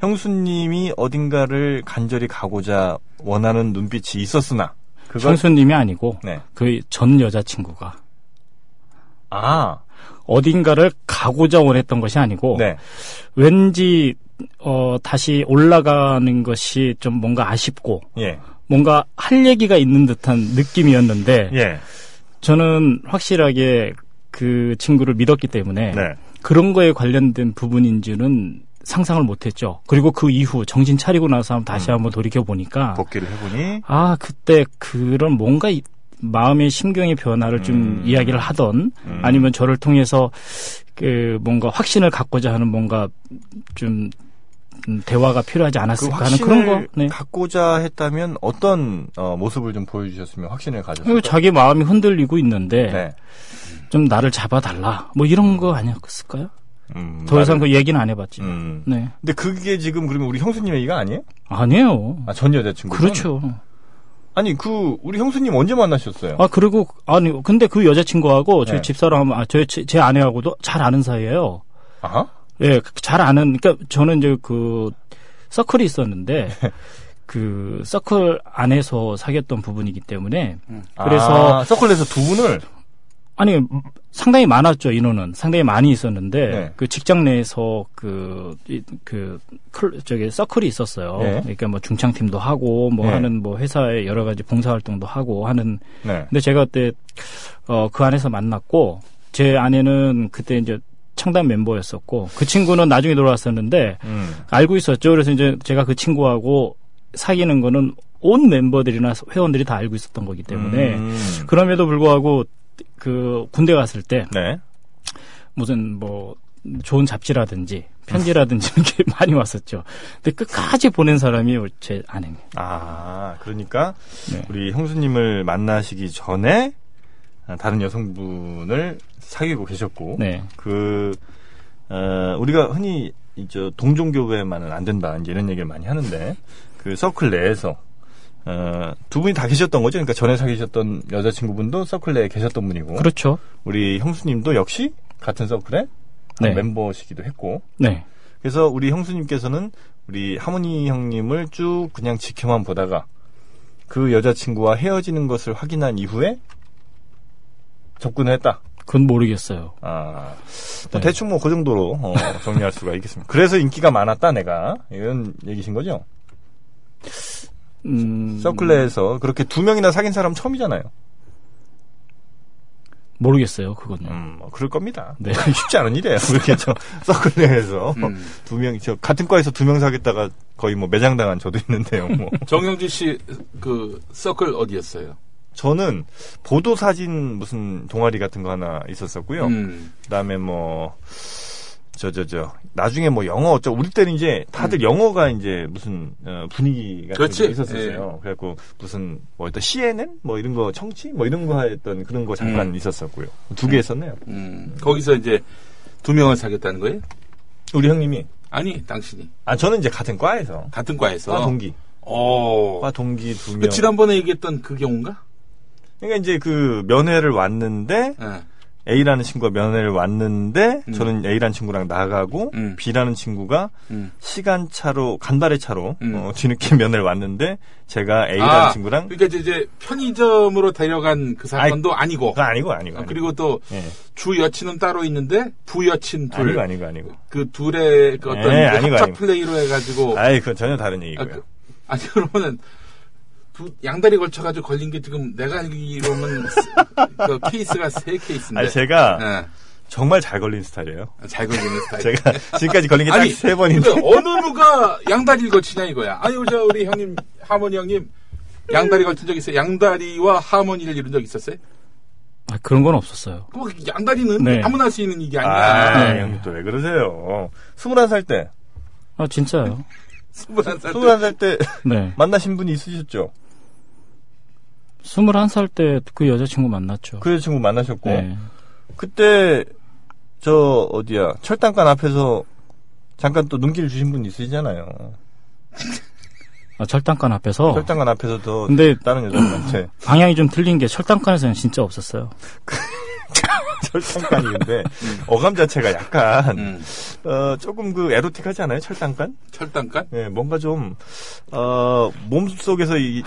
Speaker 2: 형수님이 어딘가를 간절히 가고자 원하는 눈빛이 있었으나 그걸
Speaker 3: 형수님이 아니고
Speaker 2: 네.
Speaker 3: 그 전 여자친구가
Speaker 2: 아,
Speaker 3: 어딘가를 가고자 원했던 것이 아니고
Speaker 2: 네.
Speaker 3: 왠지 어, 다시 올라가는 것이 좀 뭔가 아쉽고
Speaker 2: 예.
Speaker 3: 뭔가 할 얘기가 있는 듯한 느낌이었는데
Speaker 2: 예.
Speaker 3: 저는 확실하게 그 친구를 믿었기 때문에
Speaker 2: 네.
Speaker 3: 그런 거에 관련된 부분인지는 상상을 못했죠. 그리고 그 이후 정신 차리고 나서 한번 다시 한번 돌이켜 보니까
Speaker 2: 음. 복귀를 해보니
Speaker 3: 아 그때 그런 뭔가 이- 마음의 심경의 변화를 좀
Speaker 2: 음.
Speaker 3: 이야기를 하던
Speaker 2: 음.
Speaker 3: 아니면 저를 통해서 그 뭔가 확신을 갖고자 하는 뭔가 좀 음, 대화가 필요하지
Speaker 2: 그
Speaker 3: 않았을까 하는
Speaker 2: 확신을
Speaker 3: 그런 거. 네.
Speaker 2: 갖고자 했다면 어떤 어, 모습을 좀 보여주셨으면 확신을
Speaker 3: 그리고
Speaker 2: 가졌을까요?
Speaker 3: 자기 마음이 흔들리고 있는데
Speaker 2: 네.
Speaker 3: 좀 나를 잡아달라 뭐 이런 거 아니었을까요?
Speaker 2: 음,
Speaker 3: 더 이상
Speaker 2: 나를-
Speaker 3: 그 얘기는 안 해봤지.
Speaker 2: 음.
Speaker 3: 네
Speaker 2: 근데 그게 지금 그러면 우리 형수님 얘기가 아니에요?
Speaker 3: 아니에요.
Speaker 2: 아, 전 여자친구.
Speaker 3: 그렇죠.
Speaker 2: 아니, 그, 우리 형수님 언제 만나셨어요?
Speaker 3: 아 그리고 아니 근데 그 여자친구하고
Speaker 2: 네.
Speaker 3: 저희 집사람 아저제 제 아내하고도 잘 아는 사이예요.
Speaker 2: 아하?
Speaker 3: 예, 잘 아는, 그러니까 저는 이제 그 서클이 있었는데 그 서클 안에서 사귀었던 부분이기 때문에 그래서-
Speaker 2: 아, 서클에서 두 분을.
Speaker 3: 아니 상당히 많았죠 인원은 상당히 많이 있었는데
Speaker 2: 네.
Speaker 3: 그 직장 내에서 그, 그그 저기 서클이 있었어요.
Speaker 2: 네.
Speaker 3: 그러니까 뭐 중창팀도 하고 뭐
Speaker 2: 네.
Speaker 3: 하는 뭐 회사에 여러 가지 봉사 활동도 하고 하는
Speaker 2: 네.
Speaker 3: 근데 제가 그때 어, 그 안에서 만났고 제 아내는 그때 이제 창단 멤버였었고 그 친구는 나중에 돌아왔었는데
Speaker 2: 음.
Speaker 3: 알고 있었죠. 그래서 이제 제가 그 친구하고 사귀는 거는 온 멤버들이나 회원들이 다 알고 있었던 거기 때문에
Speaker 2: 음.
Speaker 3: 그럼에도 불구하고 그 군대 갔을 때
Speaker 2: 네.
Speaker 3: 무슨 뭐 좋은 잡지라든지 편지라든지 이렇게 많이 왔었죠. 근데 끝까지 보낸 사람이 제 아내입니다.
Speaker 2: 아, 그러니까
Speaker 3: 네.
Speaker 2: 우리 형수님을 만나시기 전에 아, 다른 여성분을 사귀고 계셨고.
Speaker 3: 네.
Speaker 2: 그 어, 우리가 흔히 이저 동종교배만은 안 된다 이제 이런 얘기를 많이 하는데 그 서클 내에서 어, 두 분이 다 계셨던 거죠. 그러니까 전에 사귀셨던 여자친구분도 서클 내에 계셨던 분이고
Speaker 3: 그렇죠.
Speaker 2: 우리 형수님도 역시 같은 서클의 한
Speaker 3: 네.
Speaker 2: 아, 멤버시기도 했고
Speaker 3: 네.
Speaker 2: 그래서 우리 형수님께서는 우리 하모니 형님을 쭉 그냥 지켜만 보다가 그 여자친구와 헤어지는 것을 확인한 이후에 접근을 했다.
Speaker 3: 그건 모르겠어요.
Speaker 2: 아, 뭐
Speaker 3: 네.
Speaker 2: 대충 뭐 그 정도로 어, 정리할 수가 있겠습니다. 그래서 인기가 많았다 내가 이런 얘기신 거죠?
Speaker 3: 음,
Speaker 2: 서클레에서 그렇게 두 명이나 사귄 사람 처음이잖아요.
Speaker 3: 모르겠어요. 그건요.
Speaker 2: 음, 뭐 그럴 겁니다.
Speaker 3: 네. 음.
Speaker 2: 쉽지 않은 일이에요. 그렇게 저 서클레에서
Speaker 4: 음.
Speaker 2: 두 명, 저 같은 과에서 두 명 사귀다가 거의 뭐 매장당한 저도 있는데요. 뭐
Speaker 4: 정영진 씨 그 서클 어디였어요?
Speaker 2: 저는 보도 사진 무슨 동아리 같은 거 하나 있었었고요.
Speaker 4: 음.
Speaker 2: 그다음에 뭐. 저, 저, 저. 나중에 뭐 영어 어쩌 우리 때는 이제 다들 영어가 이제 무슨 어, 분위기 같은
Speaker 4: 음. 그렇지. 예.
Speaker 2: 게 있었었어요. 그래갖고 무슨 뭐 일단 CNN 뭐 이런 거 청취 뭐 이런 거 했던 그런 거 잠깐
Speaker 4: 음.
Speaker 2: 있었었고요. 두 개 있었네요.
Speaker 4: 음. 거기서 이제 두 명을 사귀었다는 거예요?
Speaker 2: 우리 형님이
Speaker 4: 아니, 당신이
Speaker 2: 아 저는 이제 같은 과에서
Speaker 4: 같은 과에서.
Speaker 2: 과 동기
Speaker 4: 어.
Speaker 2: 과 동기 두 명.
Speaker 4: 그 지난번에 얘기했던 그 경우인가?
Speaker 2: 그러니까 이제 그 면회를 왔는데
Speaker 4: 예.
Speaker 2: A라는 친구가 면회를 왔는데
Speaker 4: 음.
Speaker 2: 저는 A라는 친구랑 나가고
Speaker 4: 음.
Speaker 2: B라는 친구가
Speaker 4: 음.
Speaker 2: 시간 차로 간발의 차로
Speaker 4: 음.
Speaker 2: 어, 뒤늦게 면회를 왔는데 제가 A라는
Speaker 4: 아,
Speaker 2: 친구랑
Speaker 4: 그러니까 이제- 이제 편의점으로 데려간 그 사건도 아니고.
Speaker 2: 그건 아니고 아니고
Speaker 4: 어,
Speaker 2: 아니고.
Speaker 4: 그리고 또 주
Speaker 2: 예.
Speaker 4: 여친은 따로 있는데 부 여친 둘.
Speaker 2: 아니고 아니고 아니고
Speaker 4: 그 둘의 그 어떤
Speaker 2: 예,
Speaker 4: 이제
Speaker 2: 아니고,
Speaker 4: 합작
Speaker 2: 아니고.
Speaker 4: 플레이로 해가지고
Speaker 2: 아이 그건 전혀 다른
Speaker 4: 어. 아,
Speaker 2: 얘기고요.
Speaker 4: 그, 아니 그러면은 두 양다리 걸쳐가지고 걸린 게 지금 내가 알기로는 스- 그 케이스가 세 케이스인데.
Speaker 2: 아니 제가
Speaker 4: 예, 아,
Speaker 2: 정말 잘 걸린 스타일이에요.
Speaker 4: 잘 걸리는 스타일.
Speaker 2: 제가 지금까지 걸린 게
Speaker 4: 아니,
Speaker 2: 딱 세 번인데
Speaker 4: 근데 어느 누가 양다리를 걸치냐 이거야. 아니 저 우리 형님 하모니 형님 양다리 걸친 적 있어요? 양다리와 하모니를 이룬 적 있었어요?
Speaker 3: 아, 그런 건 없었어요.
Speaker 4: 그 양다리는
Speaker 3: 네.
Speaker 4: 아무나 할 수 있는 일이 아니야.
Speaker 2: 아
Speaker 3: 네.
Speaker 2: 형님 또 왜 그러세요? 스물한 살 때,
Speaker 3: 아, 진짜요.
Speaker 4: 스물한 살.
Speaker 2: 스물한 살 때
Speaker 3: 네.
Speaker 2: 만나신 분이 있으셨죠?
Speaker 3: 21살 때 그 여자친구 만났죠.
Speaker 2: 그 어. 여자친구 만나셨고
Speaker 3: 네.
Speaker 2: 그때 저 어디야 철당간 앞에서 잠깐 또 눈길 주신 분 있으시잖아요.
Speaker 3: 아, 철당간
Speaker 4: 어.
Speaker 3: 앞에서
Speaker 2: 철당간 앞에서 더
Speaker 3: 근데-
Speaker 2: 다른 여자분한테
Speaker 3: 방향이 좀 틀린 게 철당간에서는 진짜 없었어요.
Speaker 2: 철당간인데 어감 자체가 약간
Speaker 4: 음,
Speaker 2: 어, 조금 그 에로틱하지 않아요? 철당간?
Speaker 4: 철단간?
Speaker 2: 예, 뭔가 좀 어, 몸속에서 이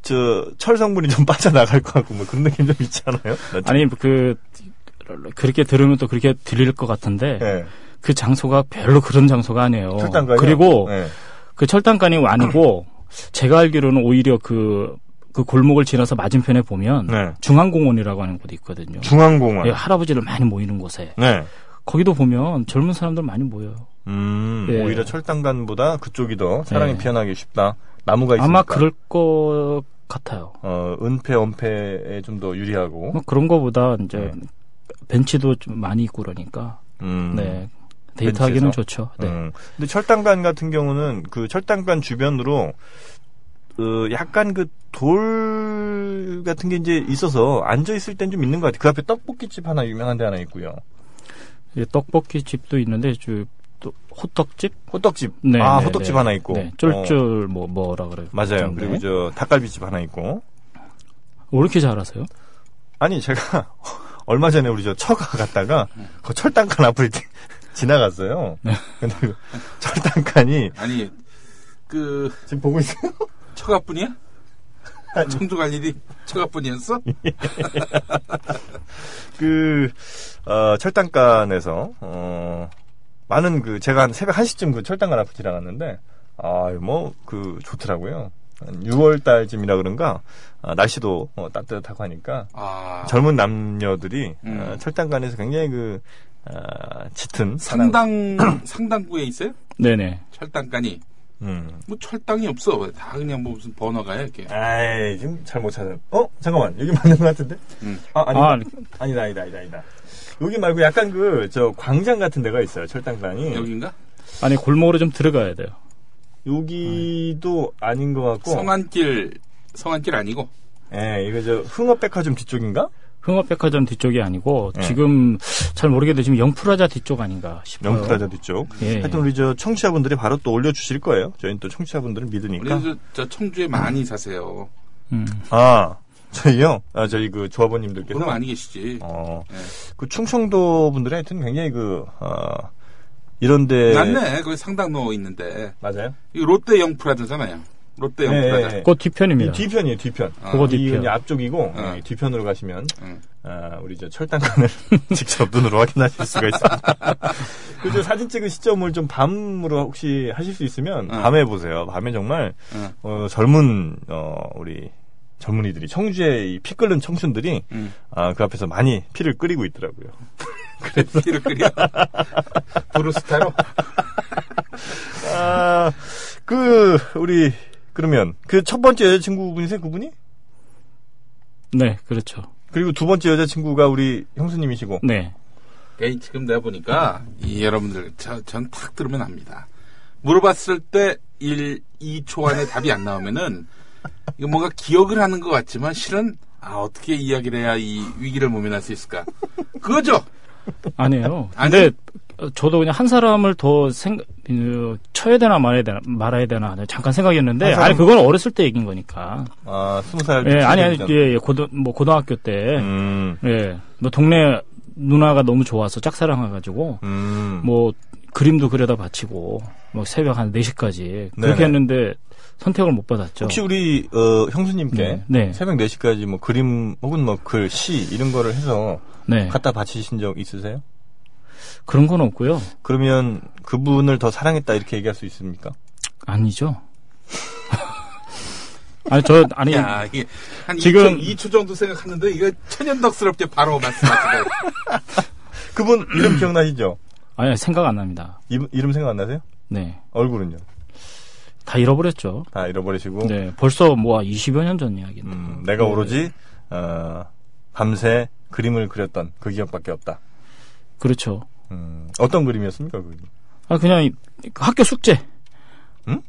Speaker 2: 저, 철성분이 좀 빠져나갈 것 같고, 뭐, 그런 느낌 좀 있지 않아요? 나 좀-
Speaker 3: 아니 그 그렇게 들으면 또 그렇게 들릴 것 같은데
Speaker 2: 예.
Speaker 3: 그 장소가 별로 그런 장소가 아니에요.
Speaker 2: 철당간이요?
Speaker 3: 그리고
Speaker 2: 예.
Speaker 3: 그 철당간이 아니고 제가 알기로는 오히려 그, 그 골목을 지나서 맞은편에 보면
Speaker 2: 네.
Speaker 3: 중앙공원이라고 하는 곳이 있거든요.
Speaker 2: 중앙공원.
Speaker 3: 예, 할아버지를 많이 모이는 곳에
Speaker 2: 네.
Speaker 3: 거기도 보면 젊은 사람들 많이 모여요.
Speaker 2: 음,
Speaker 3: 예.
Speaker 2: 오히려 철당간보다 그쪽이 더 사랑이
Speaker 3: 예.
Speaker 2: 피어나기 쉽다. 나무가 있으니까.
Speaker 3: 아마 그럴 것 같아요.
Speaker 2: 어, 은폐, 은폐에 좀 더 유리하고.
Speaker 3: 뭐 그런 거보다 이제
Speaker 2: 네.
Speaker 3: 벤치도 좀 많이 있고 그러니까
Speaker 2: 음.
Speaker 3: 네 데이트하기는
Speaker 2: 벤치에서?
Speaker 3: 좋죠. 네.
Speaker 2: 음. 근데 철당간 같은 경우는 그 철당간 주변으로 어, 약간 그 돌 같은 게 이제 있어서 앉아 있을 땐 좀 있는 것 같아요. 그 앞에 떡볶이집 하나 유명한 데 하나 있고요.
Speaker 3: 이 떡볶이 집도 있는데 저- 또 호떡집
Speaker 2: 호떡집.
Speaker 3: 네,
Speaker 2: 아,
Speaker 3: 네,
Speaker 2: 호떡집
Speaker 3: 네.
Speaker 2: 하나 있고.
Speaker 3: 네,
Speaker 2: 어,
Speaker 3: 쫄쫄 뭐 뭐라 그래요.
Speaker 2: 맞아요.
Speaker 3: 네.
Speaker 2: 그리고 저 닭갈비집 하나 있고.
Speaker 3: 왜 이렇게 잘하세요?
Speaker 2: 아니, 제가 얼마 전에 우리 저 처가 갔다가 그 철당간 앞을 이렇게 지나갔어요.
Speaker 3: 네.
Speaker 2: 근데 그 철당간이
Speaker 4: 아니 그
Speaker 2: 지금 보고 있어요.
Speaker 4: 처가뿐이야? 청주 갈 일이 처가뿐이었어?
Speaker 2: 예. 그, 어, 철당간에서, 어, 많은 그, 제가 한 새벽 1시쯤 그 철당간 앞을 지나갔는데, 아, 뭐, 그, 좋더라고요. 한 6월 달쯤이라 그런가, 아, 날씨도 어, 따뜻하고 하니까,
Speaker 4: 아,
Speaker 2: 젊은 남녀들이
Speaker 4: 음.
Speaker 2: 어, 철당간에서 굉장히 그, 아, 짙은 사랑.
Speaker 4: 상당 상당구에 있어요?
Speaker 3: 네네.
Speaker 4: 철당간이
Speaker 2: 음.
Speaker 4: 뭐 철당이 없어 다 그냥 뭐 무슨 번화가야 이렇게
Speaker 2: 아이, 지금 잘 못 찾아. 어? 잠깐만. 여기 맞는 것 같은데?
Speaker 4: 음.
Speaker 2: 아, 아니.
Speaker 3: 아,
Speaker 2: 아니다, 아니다, 아니다, 아니다. 여기 말고 약간 그, 저, 광장 같은 데가 있어요, 철당간이.
Speaker 4: 여긴가?
Speaker 3: 아니 골목으로 좀 들어가야 돼요.
Speaker 2: 여기도 아닌 것 같고.
Speaker 4: 성안길 성안길 아니고
Speaker 2: 예, 이거 저 흥업백화점 뒤쪽인가?
Speaker 3: 흥업백화점 뒤쪽이 아니고
Speaker 2: 네.
Speaker 3: 지금 잘 모르겠는데 지금 영프라자 뒤쪽 아닌가 싶어요.
Speaker 2: 영프라자 뒤쪽.
Speaker 4: 음. 네.
Speaker 3: 예.
Speaker 2: 하여튼 우리 저 청취자분들이 바로 또 올려주실 거예요. 저희는 또 청취자분들을 믿으니까.
Speaker 4: 우리는 저, 저 청주에 많이 사세요.
Speaker 3: 음.
Speaker 2: 아, 저희요? 아, 저희 그 조합원님들께서.
Speaker 4: 그럼 많이 계시지.
Speaker 2: 어,
Speaker 4: 네.
Speaker 2: 그 충청도 분들이 하여튼 굉장히 그, 어, 이런데.
Speaker 4: 낫네. 거기 상당로 있는데.
Speaker 2: 맞아요.
Speaker 4: 이 롯데 영프라자잖아요. 롯데
Speaker 2: 네,
Speaker 4: 영프라자.
Speaker 2: 네, 네.
Speaker 3: 그
Speaker 2: 이
Speaker 3: 뒤편입니다.
Speaker 2: 뒤편이에요, 뒤편.
Speaker 4: 아,
Speaker 3: 그거
Speaker 2: 이
Speaker 3: 뒤편.
Speaker 2: 이제 앞쪽이고
Speaker 4: 어.
Speaker 2: 이 뒤편으로 가시면
Speaker 4: 응.
Speaker 2: 아, 우리 저 철단관을 직접 눈으로 확인하실 수가 있습니다. 그저 사진 찍은 시점을 좀 밤으로 혹시 하실 수 있으면
Speaker 4: 어.
Speaker 2: 밤에 보세요. 밤에 정말
Speaker 4: 응.
Speaker 2: 어, 젊은 어, 우리 젊은이들이 청주의 이피 끓는 청춘들이
Speaker 4: 응.
Speaker 2: 아, 그 앞에서 많이 피를 끓이고 있더라고요.
Speaker 4: 피를 끓여. 브루스타로.
Speaker 2: 아, 그 우리 그러면 그 첫 번째 여자친구분이세요, 그분이?
Speaker 3: 네, 그렇죠.
Speaker 2: 그리고 두 번째 여자친구가 우리 형수님이시고
Speaker 3: 네.
Speaker 4: 에이, 지금 내가 보니까, 이 여러분들, 저, 전 탁 들으면 압니다. 물어봤을 때 1, 2초 안에 답이 안 나오면은, 이거 뭔가 기억을 하는 것 같지만, 실은, 아, 어떻게 이야기를 해야 이 위기를 모면할 수 있을까. 그거죠!
Speaker 3: 아니에요.
Speaker 4: 아니.
Speaker 3: 근데 어, 저도 그냥 한 사람을 더 생, 어, 쳐야 되나 말아야 되나, 말아야 되나, 잠깐 생각했는데,
Speaker 2: 한 사람-
Speaker 3: 아니, 그건 어렸을 때 얘기인 거니까.
Speaker 2: 아, 스무 살.
Speaker 3: 예, 아니, 아니,
Speaker 2: 친구분이잖아요.
Speaker 3: 예, 예, 고등, 뭐, 고등학교 때,
Speaker 2: 음,
Speaker 3: 예, 뭐, 동네 누나가 너무 좋아서 짝사랑해가지고,
Speaker 2: 음.
Speaker 3: 뭐, 그림도 그려다 바치고, 뭐, 새벽 한 4시까지. 그렇게
Speaker 2: 네네.
Speaker 3: 했는데, 선택을 못 받았죠.
Speaker 2: 혹시 우리 어, 형수님께
Speaker 3: 네. 네.
Speaker 2: 새벽 4시까지 뭐 그림 혹은 뭐 글, 시 이런 거를 해서
Speaker 3: 네.
Speaker 2: 갖다 바치신 적 있으세요?
Speaker 3: 그런 건 없고요.
Speaker 2: 그러면 그분을 더 사랑했다 이렇게 얘기할 수 있습니까?
Speaker 3: 아니죠. 아니, 저, 아니,
Speaker 4: 야, 이게, 한
Speaker 3: 지금-
Speaker 4: 2초, 2초 정도 생각하는데, 이거 천연덕스럽게 바로 말씀하시고.
Speaker 2: 그분 이름 기억나시죠?
Speaker 3: 아니, 생각 안 납니다.
Speaker 2: 이름, 이름 생각 안 나세요?
Speaker 3: 네.
Speaker 2: 얼굴은요?
Speaker 3: 다 잃어버렸죠.
Speaker 2: 다 잃어버리시고
Speaker 3: 네, 벌써 뭐 20여 년 전 이야기인데.
Speaker 2: 음, 내가
Speaker 3: 네.
Speaker 2: 오로지 어, 밤새 그림을 그렸던 그 기억밖에 없다.
Speaker 3: 그렇죠.
Speaker 2: 음, 어떤 그림이었습니까? 그
Speaker 3: 아 그냥 이- 그 학교 숙제.
Speaker 2: 응?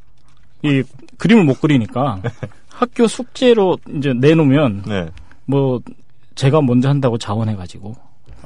Speaker 3: 이 그림을 못 그리니까 학교 숙제로 이제 내놓으면
Speaker 2: 네.
Speaker 3: 뭐 제가 먼저 한다고 자원해 가지고.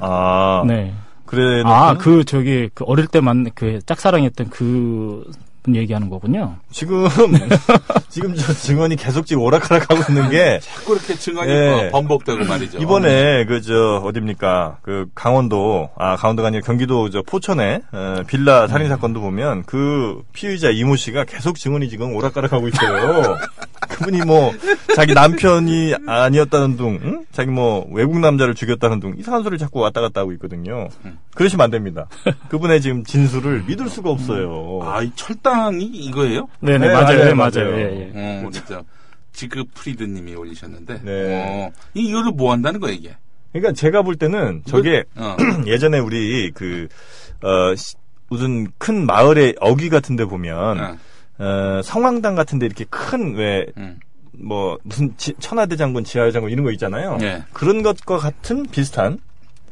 Speaker 2: 아,
Speaker 3: 네.
Speaker 2: 그래 놓고는
Speaker 3: 아, 그 저기 그 어릴 때만 그 짝사랑했던 그 분 얘기하는 거군요.
Speaker 2: 지금 지금 저 증언이 계속 지금 오락가락하고 있는 게
Speaker 4: 자꾸 이렇게 증언이
Speaker 2: 예.
Speaker 4: 어, 번복되고 말이죠.
Speaker 2: 이번에 그 저 어딥니까 그 강원도 아 강원도가 아니라 경기도 저 포천에 어, 빌라
Speaker 3: 음.
Speaker 2: 살인 사건도 보면 그 피의자 이모 씨가 계속 증언이 지금 오락가락하고 있어요. 그분이 뭐 자기 남편이 아니었다는 둥, 응? 자기 뭐 외국 남자를 죽였다는 둥 이상한 소리를 자꾸 왔다 갔다 하고 있거든요. 그러시면 안 됩니다. 그분의 지금 진술을 믿을 수가 없어요.
Speaker 4: 아, 이 철당이 이거예요?
Speaker 3: 네,
Speaker 2: 네,
Speaker 3: 네, 맞아요.
Speaker 2: 맞아요,
Speaker 3: 네, 맞아요.
Speaker 2: 맞아요.
Speaker 3: 예, 예.
Speaker 4: 어, 진짜. 지그프리드님이 올리셨는데.
Speaker 2: 음. 네.
Speaker 4: 어, 이- 이거를 뭐 한다는 거야, 이게?
Speaker 2: 그러니까 제가 볼 때는 저게
Speaker 4: 어.
Speaker 2: 예전에 우리 그 어, 시- 무슨 큰 마을의 어귀 같은데 보면
Speaker 4: 어,
Speaker 2: 어, 성황당 같은데 이렇게 큰 왜
Speaker 4: 음.
Speaker 2: 뭐 무슨 지- 천하대장군, 지하장군 이런 거 있잖아요.
Speaker 4: 예.
Speaker 2: 그런 것과 같은 비슷한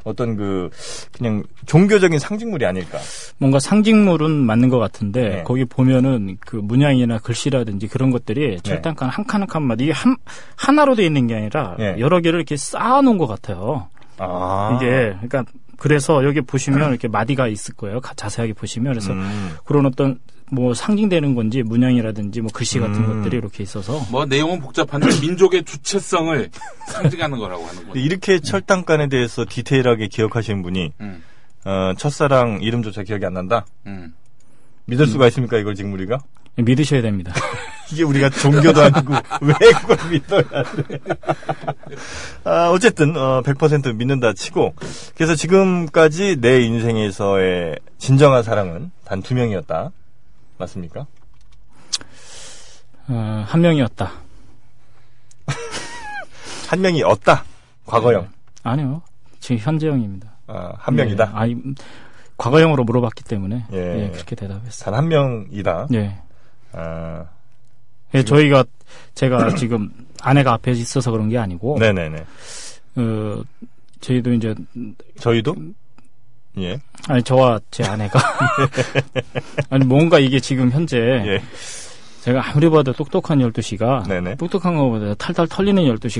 Speaker 2: 어떤 그 그냥 종교적인 상징물이 아닐까.
Speaker 3: 뭔가 상징물은 맞는 것 같은데
Speaker 2: 네.
Speaker 3: 거기 보면은 그 문양이나 글씨라든지 그런
Speaker 2: 네.
Speaker 3: 것들이 철단간 한 칸 한 칸마다 이게 한 하나로 돼 있는 게 아니라
Speaker 2: 네.
Speaker 3: 여러 개를 이렇게 쌓아놓은 것 같아요.
Speaker 2: 아.
Speaker 3: 이게 그러니까 그래서 여기 보시면 이렇게 마디가 있을 거예요. 가- 자세하게 보시면 그래서
Speaker 2: 음.
Speaker 3: 그런 어떤 뭐 상징되는 건지 문양이라든지 뭐 글씨 같은
Speaker 2: 음.
Speaker 3: 것들이 이렇게 있어서
Speaker 4: 뭐, 내용은 복잡한데, 민족의 주체성을 상징하는 거라고 하는 거야.
Speaker 2: 이렇게 철당간에 대해서 디테일하게 기억하시는 분이
Speaker 4: 음,
Speaker 2: 어, 첫사랑 이름조차 기억이 안 난다.
Speaker 4: 음.
Speaker 2: 믿을 수가 있습니까 이걸 지금 우리가?
Speaker 3: 믿으셔야 됩니다.
Speaker 2: 이게 우리가 종교도 아니고 왜 그걸 믿어야 돼? 아, 어쨌든 어, 100% 믿는다 치고 그래서 지금까지 내 인생에서의 진정한 사랑은 단 두 명이었다. 맞습니까?
Speaker 3: 어, 한 명이었다.
Speaker 2: 한 명이 없다. 과거형.
Speaker 3: 아니요. 지금 현재형입니다.
Speaker 2: 아, 한
Speaker 3: 예,
Speaker 2: 명이다.
Speaker 3: 아이 음, 과거형으로 물어봤기 때문에
Speaker 2: 예.
Speaker 3: 예, 그렇게 대답했어요.
Speaker 2: 단 한 명이다.
Speaker 3: 예.
Speaker 2: 아,
Speaker 3: 예, 저희가 제가 지금 아내가 앞에 있어서 그런 게 아니고
Speaker 2: 네네네.
Speaker 3: 어, 저희도 이제
Speaker 2: 저희도 예,
Speaker 3: 아니 저와 제 아내가 아니 뭔가 이게 지금 현재
Speaker 2: 예.
Speaker 3: 제가 아무리 봐도 똑똑한 12시가
Speaker 2: 네네.
Speaker 3: 똑똑한 것보다 탈탈 털리는 12시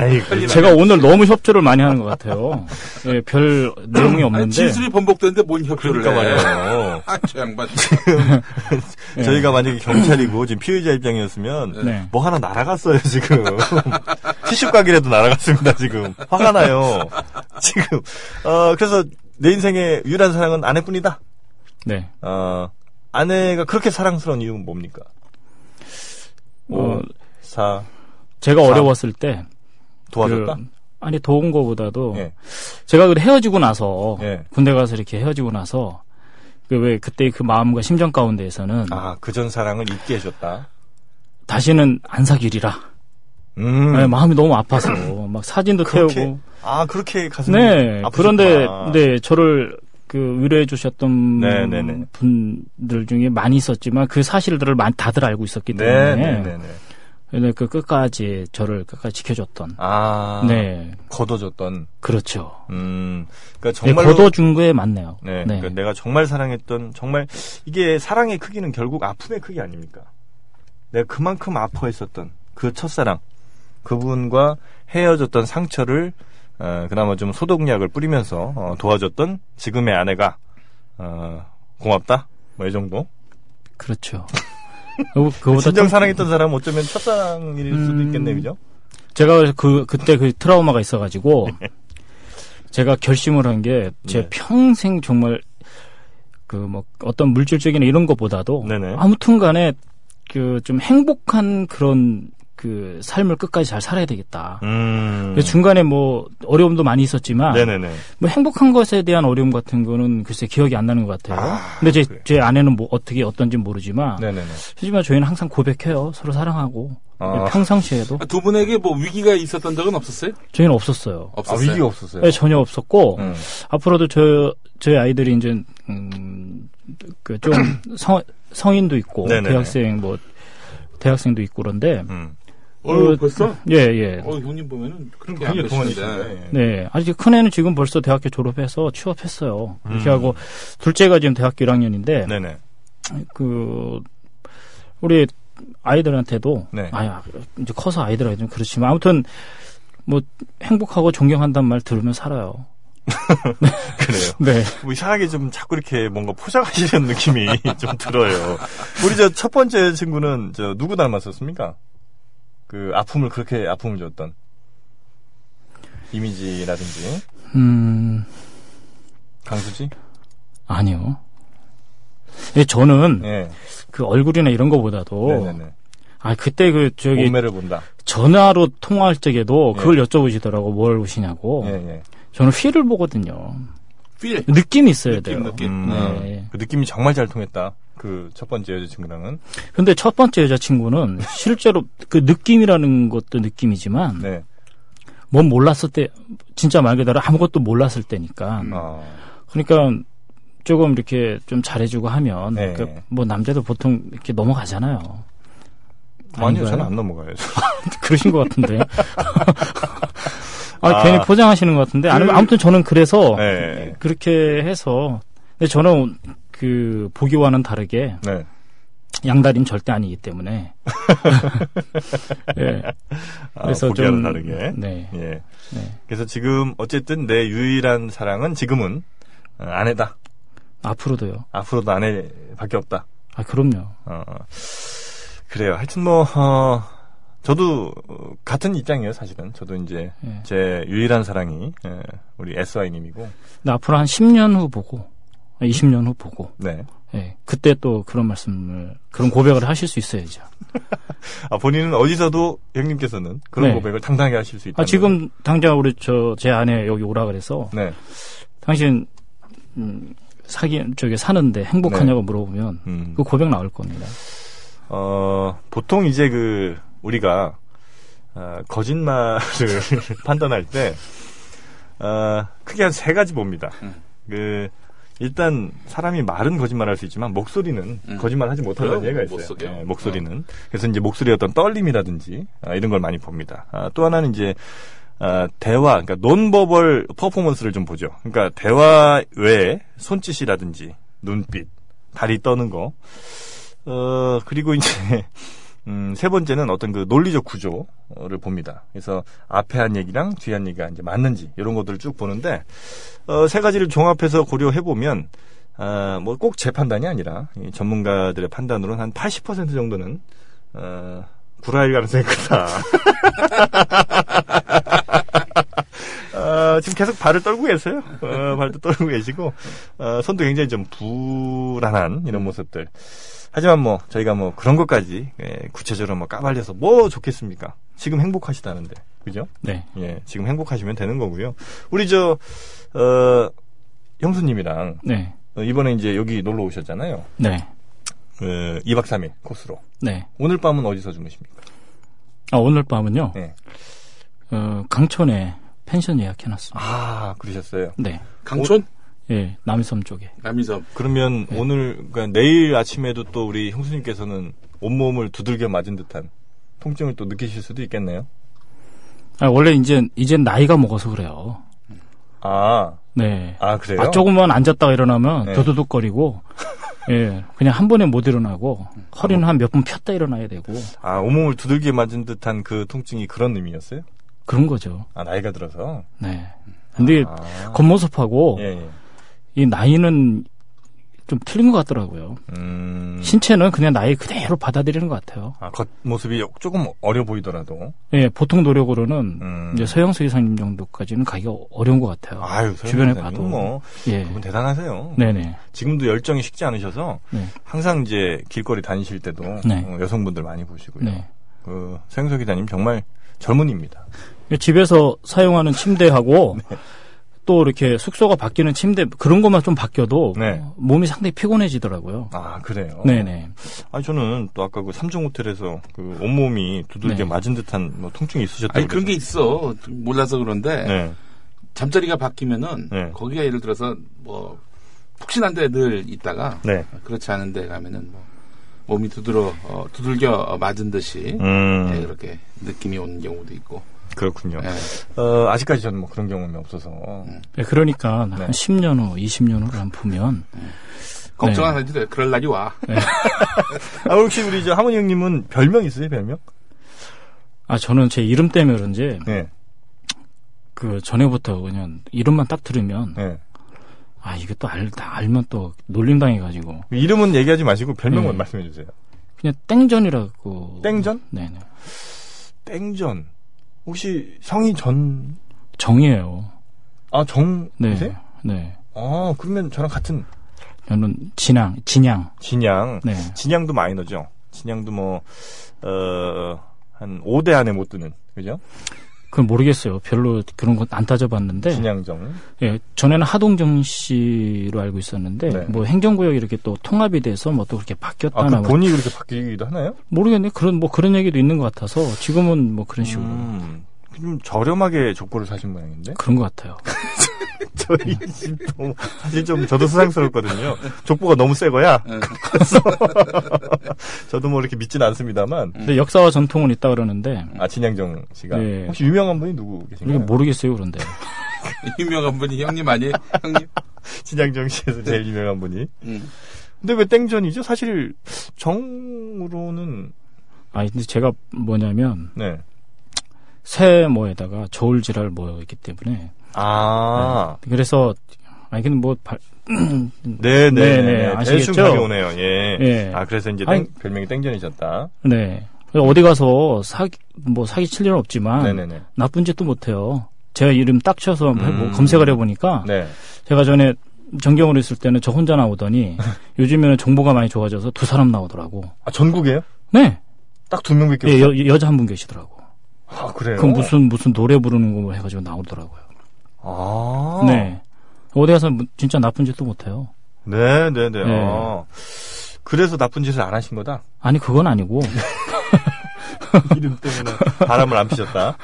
Speaker 2: 아이고.
Speaker 3: 제가 오늘 너무 협조를 많이 하는 것 같아요. 예, 별 내용이
Speaker 4: 아니,
Speaker 3: 없는데
Speaker 4: 진술이 번복되는데 뭔 협조를
Speaker 2: 그러니까
Speaker 4: 해.
Speaker 2: 말이에요.
Speaker 4: 아, 저 양반.
Speaker 3: 예.
Speaker 2: 저희가 만약에 경찰이고 지금 피의자 입장이었으면
Speaker 3: 네.
Speaker 2: 뭐 하나 날아갔어요 지금 티슈 가게라도 날아갔습니다 지금 화가 나요 지금 어 그래서 내 인생의 유일한 사랑은 아내뿐이다
Speaker 3: 네.
Speaker 2: 어 아내가 그렇게 사랑스러운 이유는 뭡니까 뭐,
Speaker 3: 어,
Speaker 2: 사
Speaker 3: 제가
Speaker 2: 자,
Speaker 3: 어려웠을 때
Speaker 2: 도와줬다
Speaker 3: 그- 뭐. 아니 도운 거보다도
Speaker 2: 예.
Speaker 3: 제가 그 헤어지고 나서
Speaker 2: 예.
Speaker 3: 군대 가서 이렇게 헤어지고 나서 그 왜 그때 그 마음과 심정 가운데에서는
Speaker 2: 아 그전 사랑을 잊게 해줬다
Speaker 3: 다시는 안 사귀리라
Speaker 2: 음.
Speaker 3: 네, 마음이 너무 아파서 막 사진도
Speaker 2: 그렇게?
Speaker 3: 태우고
Speaker 2: 아 그렇게 가슴이
Speaker 3: 네
Speaker 2: 아프셨구나.
Speaker 3: 그런데 네 저를 그 위로해 주셨던
Speaker 2: 네, 네, 네.
Speaker 3: 분들 중에 많이 있었지만 그 사실들을 많이 다들 알고 있었기
Speaker 2: 네, 네,
Speaker 3: 때문에
Speaker 2: 네, 네.
Speaker 3: 네, 그 끝까지 저를 끝까지 지켜줬던
Speaker 2: 아,
Speaker 3: 네
Speaker 2: 걷어줬던,
Speaker 3: 그렇죠
Speaker 2: 음, 그러니까
Speaker 3: 네,
Speaker 2: 정말로
Speaker 3: 걷어준 거에 맞네요.
Speaker 2: 네, 그러니까 내가 정말 사랑했던 정말 이게 사랑의 크기는 결국 아픔의 크기 아닙니까? 내가 그만큼 아파했었던 그 첫사랑 그분과 헤어졌던 상처를 어, 그나마 좀 소독약을 뿌리면서 어, 도와줬던 지금의 아내가 어, 고맙다 뭐 이 정도.
Speaker 3: 그렇죠. 그리고 뭐 그보다
Speaker 2: 진정
Speaker 3: 좀-
Speaker 2: 사랑했던 사람은 어쩌면 첫사랑일 수도
Speaker 3: 음.
Speaker 2: 있겠네 그죠?
Speaker 3: 제가 그래서 그 그때 그 트라우마가 있어가지고 제가 결심을 한 게 제
Speaker 2: 네.
Speaker 3: 평생 정말 그 뭐 어떤 물질적인 이런 것보다도
Speaker 2: 네네.
Speaker 3: 음. 아무튼간에 그 좀 행복한 그런 그 삶을 끝까지 잘 살아야 되겠다.
Speaker 2: 음.
Speaker 3: 그래서 중간에 뭐 어려움도 많이 있었지만
Speaker 2: 네네네.
Speaker 3: 뭐 행복한 것에 대한 어려움 같은 거는 글쎄 기억이 안 나는 것 같아요.
Speaker 2: 아,
Speaker 3: 근데 제,
Speaker 2: 그래.
Speaker 3: 제 아내는 뭐 어떻게 어떤지 모르지만
Speaker 2: 네네네.
Speaker 3: 하지만 저희는 항상 고백해요. 서로 사랑하고
Speaker 2: 아.
Speaker 3: 평상시에도
Speaker 4: 아, 두 분에게 뭐 위기가 있었던 적은 없었어요?
Speaker 3: 저희는 없었어요.
Speaker 2: 아,
Speaker 4: 없었어요.
Speaker 2: 위기가 없었어요.
Speaker 3: 네, 전혀 없었고
Speaker 2: 음.
Speaker 3: 앞으로도 저 저희 아이들이 이제 음, 그좀 성인도 있고
Speaker 2: 네네네.
Speaker 3: 대학생 뭐 대학생도 있고 그런데
Speaker 2: 음.
Speaker 4: 어유
Speaker 3: 어,
Speaker 4: 벌써?
Speaker 3: 예 예.
Speaker 4: 어, 형님 보면은 그렇게 안
Speaker 2: 굉장히 동안이
Speaker 4: 계시는데.
Speaker 3: 네, 아직 큰 애는 지금 벌써 대학교 졸업해서 취업했어요. 이렇게
Speaker 2: 음.
Speaker 3: 하고 둘째가 지금 대학교 1학년인데
Speaker 2: 네네.
Speaker 3: 그 우리 아이들한테도
Speaker 2: 네.
Speaker 3: 아야 이제 커서 아이들한테 좀 그렇지만 아무튼 뭐 행복하고 존경한다는 말 들으면 살아요.
Speaker 2: 그래요.
Speaker 3: 네.
Speaker 2: 뭐 이상하게 좀 자꾸 이렇게 뭔가 포장하시는 느낌이 좀 들어요. 우리 저 첫 번째 친구는 저 누구 닮았었습니까? 그 아픔을 그렇게 아픔을 줬던 이미지라든지
Speaker 3: 음
Speaker 2: 강수지?
Speaker 3: 아니요. 예, 저는
Speaker 2: 예.
Speaker 3: 그 얼굴이나 이런 거보다도
Speaker 2: 네네네.
Speaker 3: 아 그때 그 저기
Speaker 2: 몸매를 본다.
Speaker 3: 전화로 통화할 적에도
Speaker 2: 예.
Speaker 3: 그걸 여쭤보시더라고 뭘 보시냐고.
Speaker 2: 예, 예.
Speaker 3: 저는 휠을 보거든요.
Speaker 4: 필.
Speaker 3: 느낌이 있어야
Speaker 4: 느낌,
Speaker 3: 돼요.
Speaker 4: 느낌.
Speaker 2: 음,
Speaker 3: 네.
Speaker 2: 그 느낌이 정말 잘 통했다. 그 첫 번째 여자친구랑은.
Speaker 3: 근데 첫 번째 여자친구는 실제로 그 느낌이라는 것도 느낌이지만
Speaker 2: 네.
Speaker 3: 뭔 몰랐을 때 진짜 말 그대로 아무것도 몰랐을 때니까
Speaker 2: 어.
Speaker 3: 그러니까 조금 이렇게 좀 잘해주고 하면
Speaker 2: 네.
Speaker 3: 그러니까 뭐 남자도 보통 이렇게 넘어가잖아요.
Speaker 2: 아니요,
Speaker 3: 아닌가요?
Speaker 2: 저는 안 넘어가요. 저.
Speaker 3: 그러신 것 같은데. 아,
Speaker 2: 아. 그
Speaker 3: 괜히 포장하시는 것 같은데. 아니, 아무튼 저는 그래서
Speaker 2: 네.
Speaker 3: 그렇게 해서 근데 저는 그 보기와는 다르게
Speaker 2: 네.
Speaker 3: 양다리는 절대 아니기 때문에. 예.
Speaker 2: 아, 보기와는 다르게.
Speaker 3: 네.
Speaker 2: 예.
Speaker 3: 네.
Speaker 2: 그래서 지금 어쨌든 내 유일한 사랑은 지금은 어, 아내다.
Speaker 3: 앞으로도요.
Speaker 2: 앞으로도 아내밖에 없다.
Speaker 3: 아, 그럼요.
Speaker 2: 어, 그래요. 하여튼 뭐 어, 저도 어, 같은 입장이에요. 사실은 저도 이제
Speaker 3: 예.
Speaker 2: 제 유일한 사랑이 예, 우리 SI님이고
Speaker 3: 근데 앞으로 한 10년 후 보고 아, 20년 후 보고
Speaker 2: 네.
Speaker 3: 예. 그때 또 그런 말씀을 그런 고백을 하실 수 있어야죠.
Speaker 2: 아, 본인은 어디서도 형님께서는 그런
Speaker 3: 네.
Speaker 2: 고백을 당당하게 하실 수 있다.
Speaker 3: 아, 지금 당장 우리 저 제 아내 여기 오라 그래서
Speaker 2: 네.
Speaker 3: 당신 음, 사기 저기 사는데 행복하냐고 물어보면
Speaker 2: 음.
Speaker 3: 그 고백 나올 겁니다.
Speaker 2: 어, 보통 이제 그, 우리가, 어, 거짓말을 판단할 때, 어, 크게 한 세 가지 봅니다.
Speaker 4: 음.
Speaker 2: 그, 일단 사람이 말은 거짓말할 수 있지만 목소리는
Speaker 4: 음.
Speaker 2: 거짓말하지 못한다는
Speaker 4: 그래요?
Speaker 2: 얘기가
Speaker 4: 못
Speaker 2: 있어요.
Speaker 4: 속여.
Speaker 2: 예, 목소리는 그래서 이제 목소리의 어떤 떨림이라든지 아, 이런 걸 많이 봅니다. 아, 또 하나는 이제 아, 대화, 그러니까 논버벌 퍼포먼스를 좀 보죠. 그러니까 대화 외에 손짓이라든지 눈빛, 다리 떠는 거 어, 그리고 이제, 음, 세 번째는 어떤 그 논리적 구조를 봅니다. 그래서 앞에 한 얘기랑 뒤에 한 얘기가 이제 맞는지, 이런 것들을 쭉 보는데, 어, 세 가지를 종합해서 고려해보면, 아, 뭐 꼭 제 판단이 아니라, 이 전문가들의 판단으로는 한 80% 정도는, 어, 구라일 가능성이 크다. 아, 지금 계속 발을 떨고 계세요. 어, 발도 떨고 계시고, 어, 손도 굉장히 좀 불안한 이런 모습들. 하지만 뭐 저희가 뭐 그런 것까지 예, 구체적으로 뭐 까발려서 뭐 좋겠습니까? 지금 행복하시다는데, 그죠?
Speaker 3: 네.
Speaker 2: 예, 지금 행복하시면 되는 거고요. 우리 저 어, 형수님이랑
Speaker 3: 네.
Speaker 2: 어, 이번에 이제 여기 놀러 오셨잖아요.
Speaker 3: 네.
Speaker 2: 그 2박 3일 코스로.
Speaker 3: 네.
Speaker 2: 오늘 밤은 어디서 주무십니까?
Speaker 3: 아, 오늘 밤은요.
Speaker 2: 네.
Speaker 3: 어, 강촌에 펜션 예약해놨습니다.
Speaker 2: 아, 그러셨어요.
Speaker 3: 네.
Speaker 4: 강촌?
Speaker 3: 예, 남섬 쪽에.
Speaker 4: 남이섬.
Speaker 2: 그러면 오늘 그러니까 내일 아침에도 또 우리 형수님께서는 온몸을 두들겨 맞은 듯한 통증을 또 느끼실 수도 있겠네요.
Speaker 3: 아, 원래 이제 이제 나이가 먹어서 그래요.
Speaker 2: 아,
Speaker 3: 네.
Speaker 2: 아 그래요?
Speaker 3: 아, 조금만 앉았다가 일어나면
Speaker 2: 네.
Speaker 3: 도도둑거리고 예, 그냥 한 번에 못 일어나고 허리는 한 몇 번 폈다 일어나야 되고
Speaker 2: 아, 온몸을 두들겨 맞은 듯한 그 통증이 그런 의미였어요?
Speaker 3: 그런 거죠.
Speaker 2: 아, 나이가 들어서.
Speaker 3: 네. 근데
Speaker 2: 아,
Speaker 3: 겉모습하고
Speaker 2: 예, 예.
Speaker 3: 이 나이는 좀 틀린 것 같더라고요.
Speaker 2: 음.
Speaker 3: 신체는 그냥 나이 그대로 받아들이는 것 같아요.
Speaker 2: 아, 겉모습이 조금 어려 보이더라도.
Speaker 3: 예, 보통 노력으로는
Speaker 2: 음.
Speaker 3: 이제 서영수 이사님 정도까지는 가기가 어려운 것 같아요.
Speaker 2: 아유, 서영
Speaker 3: 주변에
Speaker 2: 선생님,
Speaker 3: 봐도.
Speaker 2: 뭐,
Speaker 3: 예.
Speaker 2: 그분 대단하세요.
Speaker 3: 네네.
Speaker 2: 지금도 열정이 식지 않으셔서
Speaker 3: 네.
Speaker 2: 항상 이제 길거리 다니실 때도
Speaker 3: 네.
Speaker 2: 어, 여성분들 많이 보시고요.
Speaker 3: 네.
Speaker 2: 그, 서영석 기자님 정말 젊은입니다.
Speaker 3: 네. 집에서 사용하는 침대하고
Speaker 2: 네.
Speaker 3: 또 이렇게 숙소가 바뀌는 침대 그런 것만 좀 바뀌어도
Speaker 2: 네.
Speaker 3: 몸이 상당히 피곤해지더라고요.
Speaker 2: 아, 그래요?
Speaker 3: 네네.
Speaker 2: 아니, 저는 또 아까 그 삼종 호텔에서 그 온몸이 두들겨
Speaker 3: 네.
Speaker 2: 맞은 듯한 뭐 통증이 있으셨다고.
Speaker 4: 아니 그런 게
Speaker 2: 그래서-
Speaker 4: 있어. 몰라서 그런데
Speaker 2: 네.
Speaker 4: 잠자리가 바뀌면은
Speaker 2: 네.
Speaker 4: 거기가 예를 들어서 뭐 푹신한 데 늘 있다가
Speaker 2: 네.
Speaker 4: 그렇지 않은 데 가면은 뭐 몸이 두드러 어, 두들겨 맞은 듯이 예,
Speaker 3: 네.
Speaker 2: 음,
Speaker 4: 이렇게 느낌이 오는 경우도 있고.
Speaker 2: 그렇군요.
Speaker 4: 예.
Speaker 2: 어, 아직까지 저는 뭐 그런 경험이 없어서.
Speaker 3: 네, 그러니까
Speaker 2: 네.
Speaker 3: 한 10년 후, 20년 후를 안 보면
Speaker 4: 걱정
Speaker 2: 네.
Speaker 4: 안 해도 돼. 그럴 날이 와.
Speaker 2: 아, 혹시 우리 저 하모니 형님은 별명 있으세요, 별명?
Speaker 3: 아 저는 제 이름 때문에 그런지
Speaker 2: 네.
Speaker 3: 그 전에부터 그냥 이름만 딱 들으면
Speaker 2: 네.
Speaker 3: 아 이게 또 알, 다 알면 또 놀림 당해가지고
Speaker 2: 이름은 얘기하지 마시고 별명만
Speaker 3: 네.
Speaker 2: 말씀해 주세요.
Speaker 3: 그냥 땡전이라고
Speaker 2: 땡전?
Speaker 3: 네네
Speaker 2: 땡전. 혹시 성이 전,
Speaker 3: 정이에요.
Speaker 2: 아, 정,
Speaker 3: 네.
Speaker 2: 이세요?
Speaker 3: 네.
Speaker 2: 아, 그러면 저랑 같은
Speaker 3: 저는 진양, 진양.
Speaker 2: 진양.
Speaker 3: 네.
Speaker 2: 진양도 마이너죠. 진양도 뭐, 어, 한 5대 안에 못 드는. 그죠?
Speaker 3: 그건 모르겠어요. 별로 그런 건 안 따져봤는데.
Speaker 2: 진양정.
Speaker 3: 예, 전에는 하동정 씨로 알고 있었는데
Speaker 2: 네.
Speaker 3: 뭐 행정구역 이렇게 또 통합이 돼서 뭐 또 그렇게
Speaker 2: 아,
Speaker 3: 바뀌었다나
Speaker 2: 그 본이 그렇게 바뀌기도 하나요?
Speaker 3: 모르겠네. 그런 뭐 그런 얘기도 있는 것 같아서 지금은 뭐 그런 식으로
Speaker 2: 음, 좀 저렴하게 족구를 사신 모양인데?
Speaker 3: 그런 것 같아요.
Speaker 2: 저희 집도 사실 좀 저도 수상스럽거든요. 족보가 너무 새 거야.
Speaker 3: 네.
Speaker 2: 그래서 저도 뭐 이렇게 믿진 않습니다만.
Speaker 3: 근데 역사와 전통은 있다 그러는데
Speaker 2: 아 진양정 씨가
Speaker 3: 네. 뭐-
Speaker 2: 혹시 유명한 분이 누구
Speaker 3: 이게
Speaker 2: 계신가요?
Speaker 3: 모르겠어요. 그런데
Speaker 4: 유명한 분이 형님 아니에요? 형님?
Speaker 2: 진양정 씨에서
Speaker 3: 네.
Speaker 2: 제일 유명한 분이.
Speaker 4: 음.
Speaker 2: 근데 왜 땡전이죠? 사실 정으로는
Speaker 3: 아 근데 제가 뭐냐면
Speaker 2: 네.
Speaker 3: 새 뭐에다가 저울질할 뭐였기 때문에
Speaker 2: 아,
Speaker 3: 그래서 아니 근데 뭐 발-
Speaker 2: 네, 네,
Speaker 3: 네,
Speaker 2: 네,
Speaker 3: 네.
Speaker 2: 대충
Speaker 3: 아시겠죠?
Speaker 2: 감이 오네요. 예.
Speaker 3: 예.
Speaker 2: 아, 그래서 이제 땡-
Speaker 3: 아니-
Speaker 2: 별명이 땡전이셨다.
Speaker 3: 네. 어디 가서 사기, 뭐 사기 칠 일은 없지만
Speaker 2: 네, 네, 네.
Speaker 3: 나쁜 짓도 못해요. 제가 이름 딱 쳐서 한번 해보-
Speaker 2: 음.
Speaker 3: 검색을 해보니까
Speaker 2: 네.
Speaker 3: 제가 전에 정경으로 있을 때는 저 혼자 나오더니 요즘에는 정보가 많이 좋아져서 두 사람 나오더라고.
Speaker 2: 아, 전국에요?
Speaker 3: 네.
Speaker 2: 딱 두 명밖에
Speaker 3: 예,
Speaker 2: 없어요.
Speaker 3: 여, 여자 한 분 계시더라고.
Speaker 2: 아, 그래요?
Speaker 3: 그 무슨 무슨 노래 부르는 거뭐 해가지고 나오더라고요.
Speaker 2: 아.
Speaker 3: 네. 어디 가서 뭐 진짜 나쁜 짓도 못해요.
Speaker 2: 네, 네, 네.
Speaker 3: 네.
Speaker 2: 아, 그래서 나쁜 짓을 안 하신 거다.
Speaker 3: 아니 그건 아니고
Speaker 2: 이름 때문에 바람을 안 피셨다.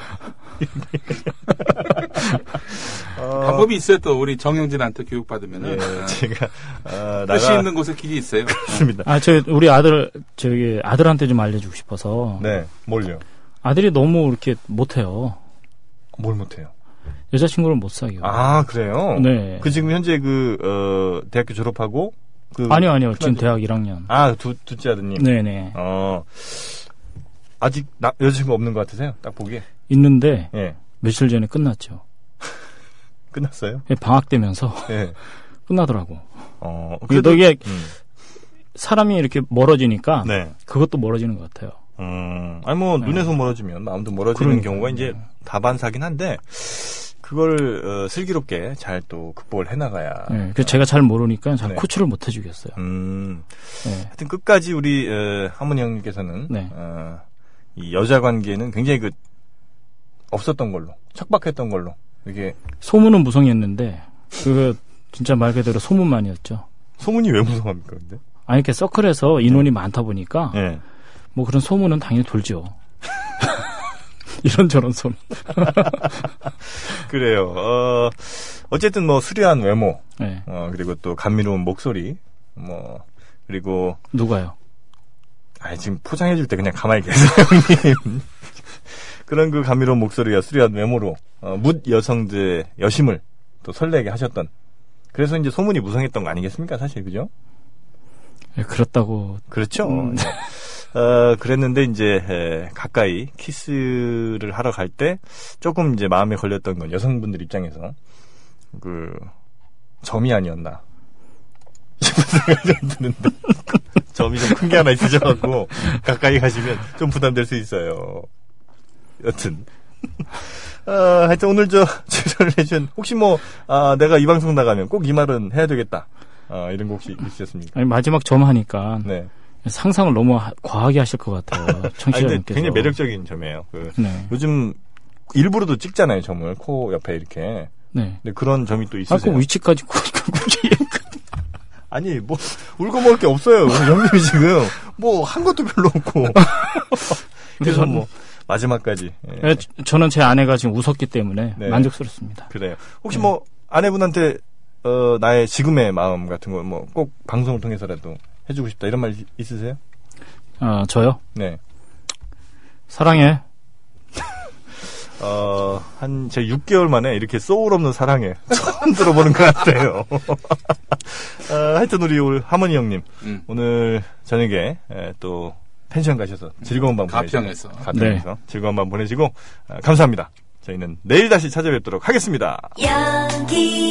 Speaker 4: 방법이 있어요 또 우리 정영진한테 교육받으면은.
Speaker 2: 예,
Speaker 4: 어,
Speaker 2: 제가 아,
Speaker 4: 뜻이
Speaker 2: 나가
Speaker 4: 있는 곳에 길이 있어요.
Speaker 2: 있습니다.
Speaker 3: 아 저 우리 아들 저기 아들한테 좀 알려주고 싶어서
Speaker 2: 네, 뭘요?
Speaker 3: 아들이 너무 이렇게 못해요.
Speaker 2: 뭘 못해요?
Speaker 3: 여자친구를 못 사귀어.
Speaker 2: 아, 그래요?
Speaker 3: 네.
Speaker 2: 그 지금 현재 그 어, 대학교 졸업하고 그
Speaker 3: 아니요, 아니요. 지금
Speaker 2: 큰아들-
Speaker 3: 대학 1학년.
Speaker 2: 아, 두, 둘째 아드님.
Speaker 3: 네네.
Speaker 2: 어. 아직 나, 여자친구 없는 것 같으세요? 딱 보기에.
Speaker 3: 있는데
Speaker 2: 예.
Speaker 3: 며칠 전에 끝났죠.
Speaker 2: 끝났어요?
Speaker 3: 방학 되면서
Speaker 2: 예.
Speaker 3: 끝나더라고.
Speaker 2: 어.
Speaker 3: 그래도 이게
Speaker 2: 음.
Speaker 3: 사람이 이렇게 멀어지니까
Speaker 2: 네.
Speaker 3: 그것도 멀어지는 것 같아요.
Speaker 2: 음, 아니 뭐
Speaker 3: 네.
Speaker 2: 눈에서 멀어지면 마음도 멀어지는
Speaker 3: 그러니까요.
Speaker 2: 경우가 이제 다반사긴 한데 그걸 어, 슬기롭게 잘 또 극복을 해나가야.
Speaker 3: 네, 그 제가 잘 모르니까 잘
Speaker 2: 아. 네.
Speaker 3: 코치를 못 해주겠어요.
Speaker 2: 음,
Speaker 3: 네.
Speaker 2: 하여튼 끝까지 우리 어, 하모니 형님께서는
Speaker 3: 네.
Speaker 2: 어, 이 여자 관계는 굉장히 그 없었던 걸로 척박했던 걸로 이게
Speaker 3: 소문은 무성했는데 그거 진짜 말 그대로 소문만이었죠.
Speaker 2: 소문이 왜 무서워합니까 근데?
Speaker 3: 아니 이렇게 서클에서 인원이 많다 보니까
Speaker 2: 예.
Speaker 3: 뭐 그런 소문은 당연히 돌죠. 이런저런 소문.
Speaker 2: 그래요. 어, 어쨌든 뭐 수려한 외모,
Speaker 3: 네.
Speaker 2: 어, 그리고 또 감미로운 목소리, 뭐 그리고
Speaker 3: 누가요?
Speaker 2: 아 지금 포장해줄 때 그냥 가만히 계세요, 형님. 그런 그 감미로운 목소리와 수려한 외모로 어, 묻 여성들의 여심을 또 설레게 하셨던. 그래서 이제 소문이 무성했던 거 아니겠습니까, 사실 그죠?
Speaker 3: 네, 그렇다고
Speaker 2: 그렇죠. 어, 그랬는데 이제 에, 가까이 키스를 하러 갈 때 조금 이제 마음에 걸렸던 건 여성분들 입장에서 그 점이 아니었나 싶은 생각이 좀 드는데 점이 좀 큰 게 하나 있으셔갖고 가까이 가시면 좀 부담될 수 있어요. 여튼. 어, 하여튼 오늘 저 추천을 해준 혹시 뭐 아, 내가 이 방송 나가면 꼭 이 말은 해야 되겠다 아, 이런 거 혹시 있으셨습니까?
Speaker 3: 아니 마지막 점 하니까
Speaker 2: 네.
Speaker 3: 상상을 너무 하- 과하게 하실 것 같아요.
Speaker 2: 아니, 근데
Speaker 3: 청취자분께서.
Speaker 2: 굉장히 매력적인 점이에요. 그
Speaker 3: 네.
Speaker 2: 요즘 일부러도 찍잖아요, 점을. 코 옆에 이렇게.
Speaker 3: 네.
Speaker 2: 근데 그런 점이 또
Speaker 3: 아,
Speaker 2: 있으세요.
Speaker 3: 그 위치까지 꾸- 꾸- 꾸-
Speaker 2: 아니, 뭐, 울고 먹을 게 없어요. 우리 형님이 지금. 뭐, 한 것도 별로 없고. 그래서 뭐, 마지막까지. 예,
Speaker 3: 예, 저- 저는 제 아내가 지금 웃었기 때문에
Speaker 2: 네.
Speaker 3: 만족스럽습니다.
Speaker 2: 그래요. 혹시 뭐, 아내분한테, 어, 나의 지금의 마음 같은 걸 뭐, 꼭 방송을 통해서라도 해주고 싶다. 이런 말 있으세요?
Speaker 3: 아, 저요?
Speaker 2: 네.
Speaker 3: 사랑해.
Speaker 2: 어, 한, 제 6개월 만에 이렇게 소울 없는 사랑에 처음 들어보는 것 같아요. 어, 하여튼 우리 오늘 하모니 형님,
Speaker 4: 음.
Speaker 2: 오늘 저녁에 에, 또 펜션 가셔서 즐거운 밤 보내시고.
Speaker 4: 가평에서.
Speaker 2: 가평에서 즐거운 아, 밤 보내시고, 어, 감사합니다. 저희는 내일 다시 찾아뵙도록 하겠습니다.
Speaker 1: 여기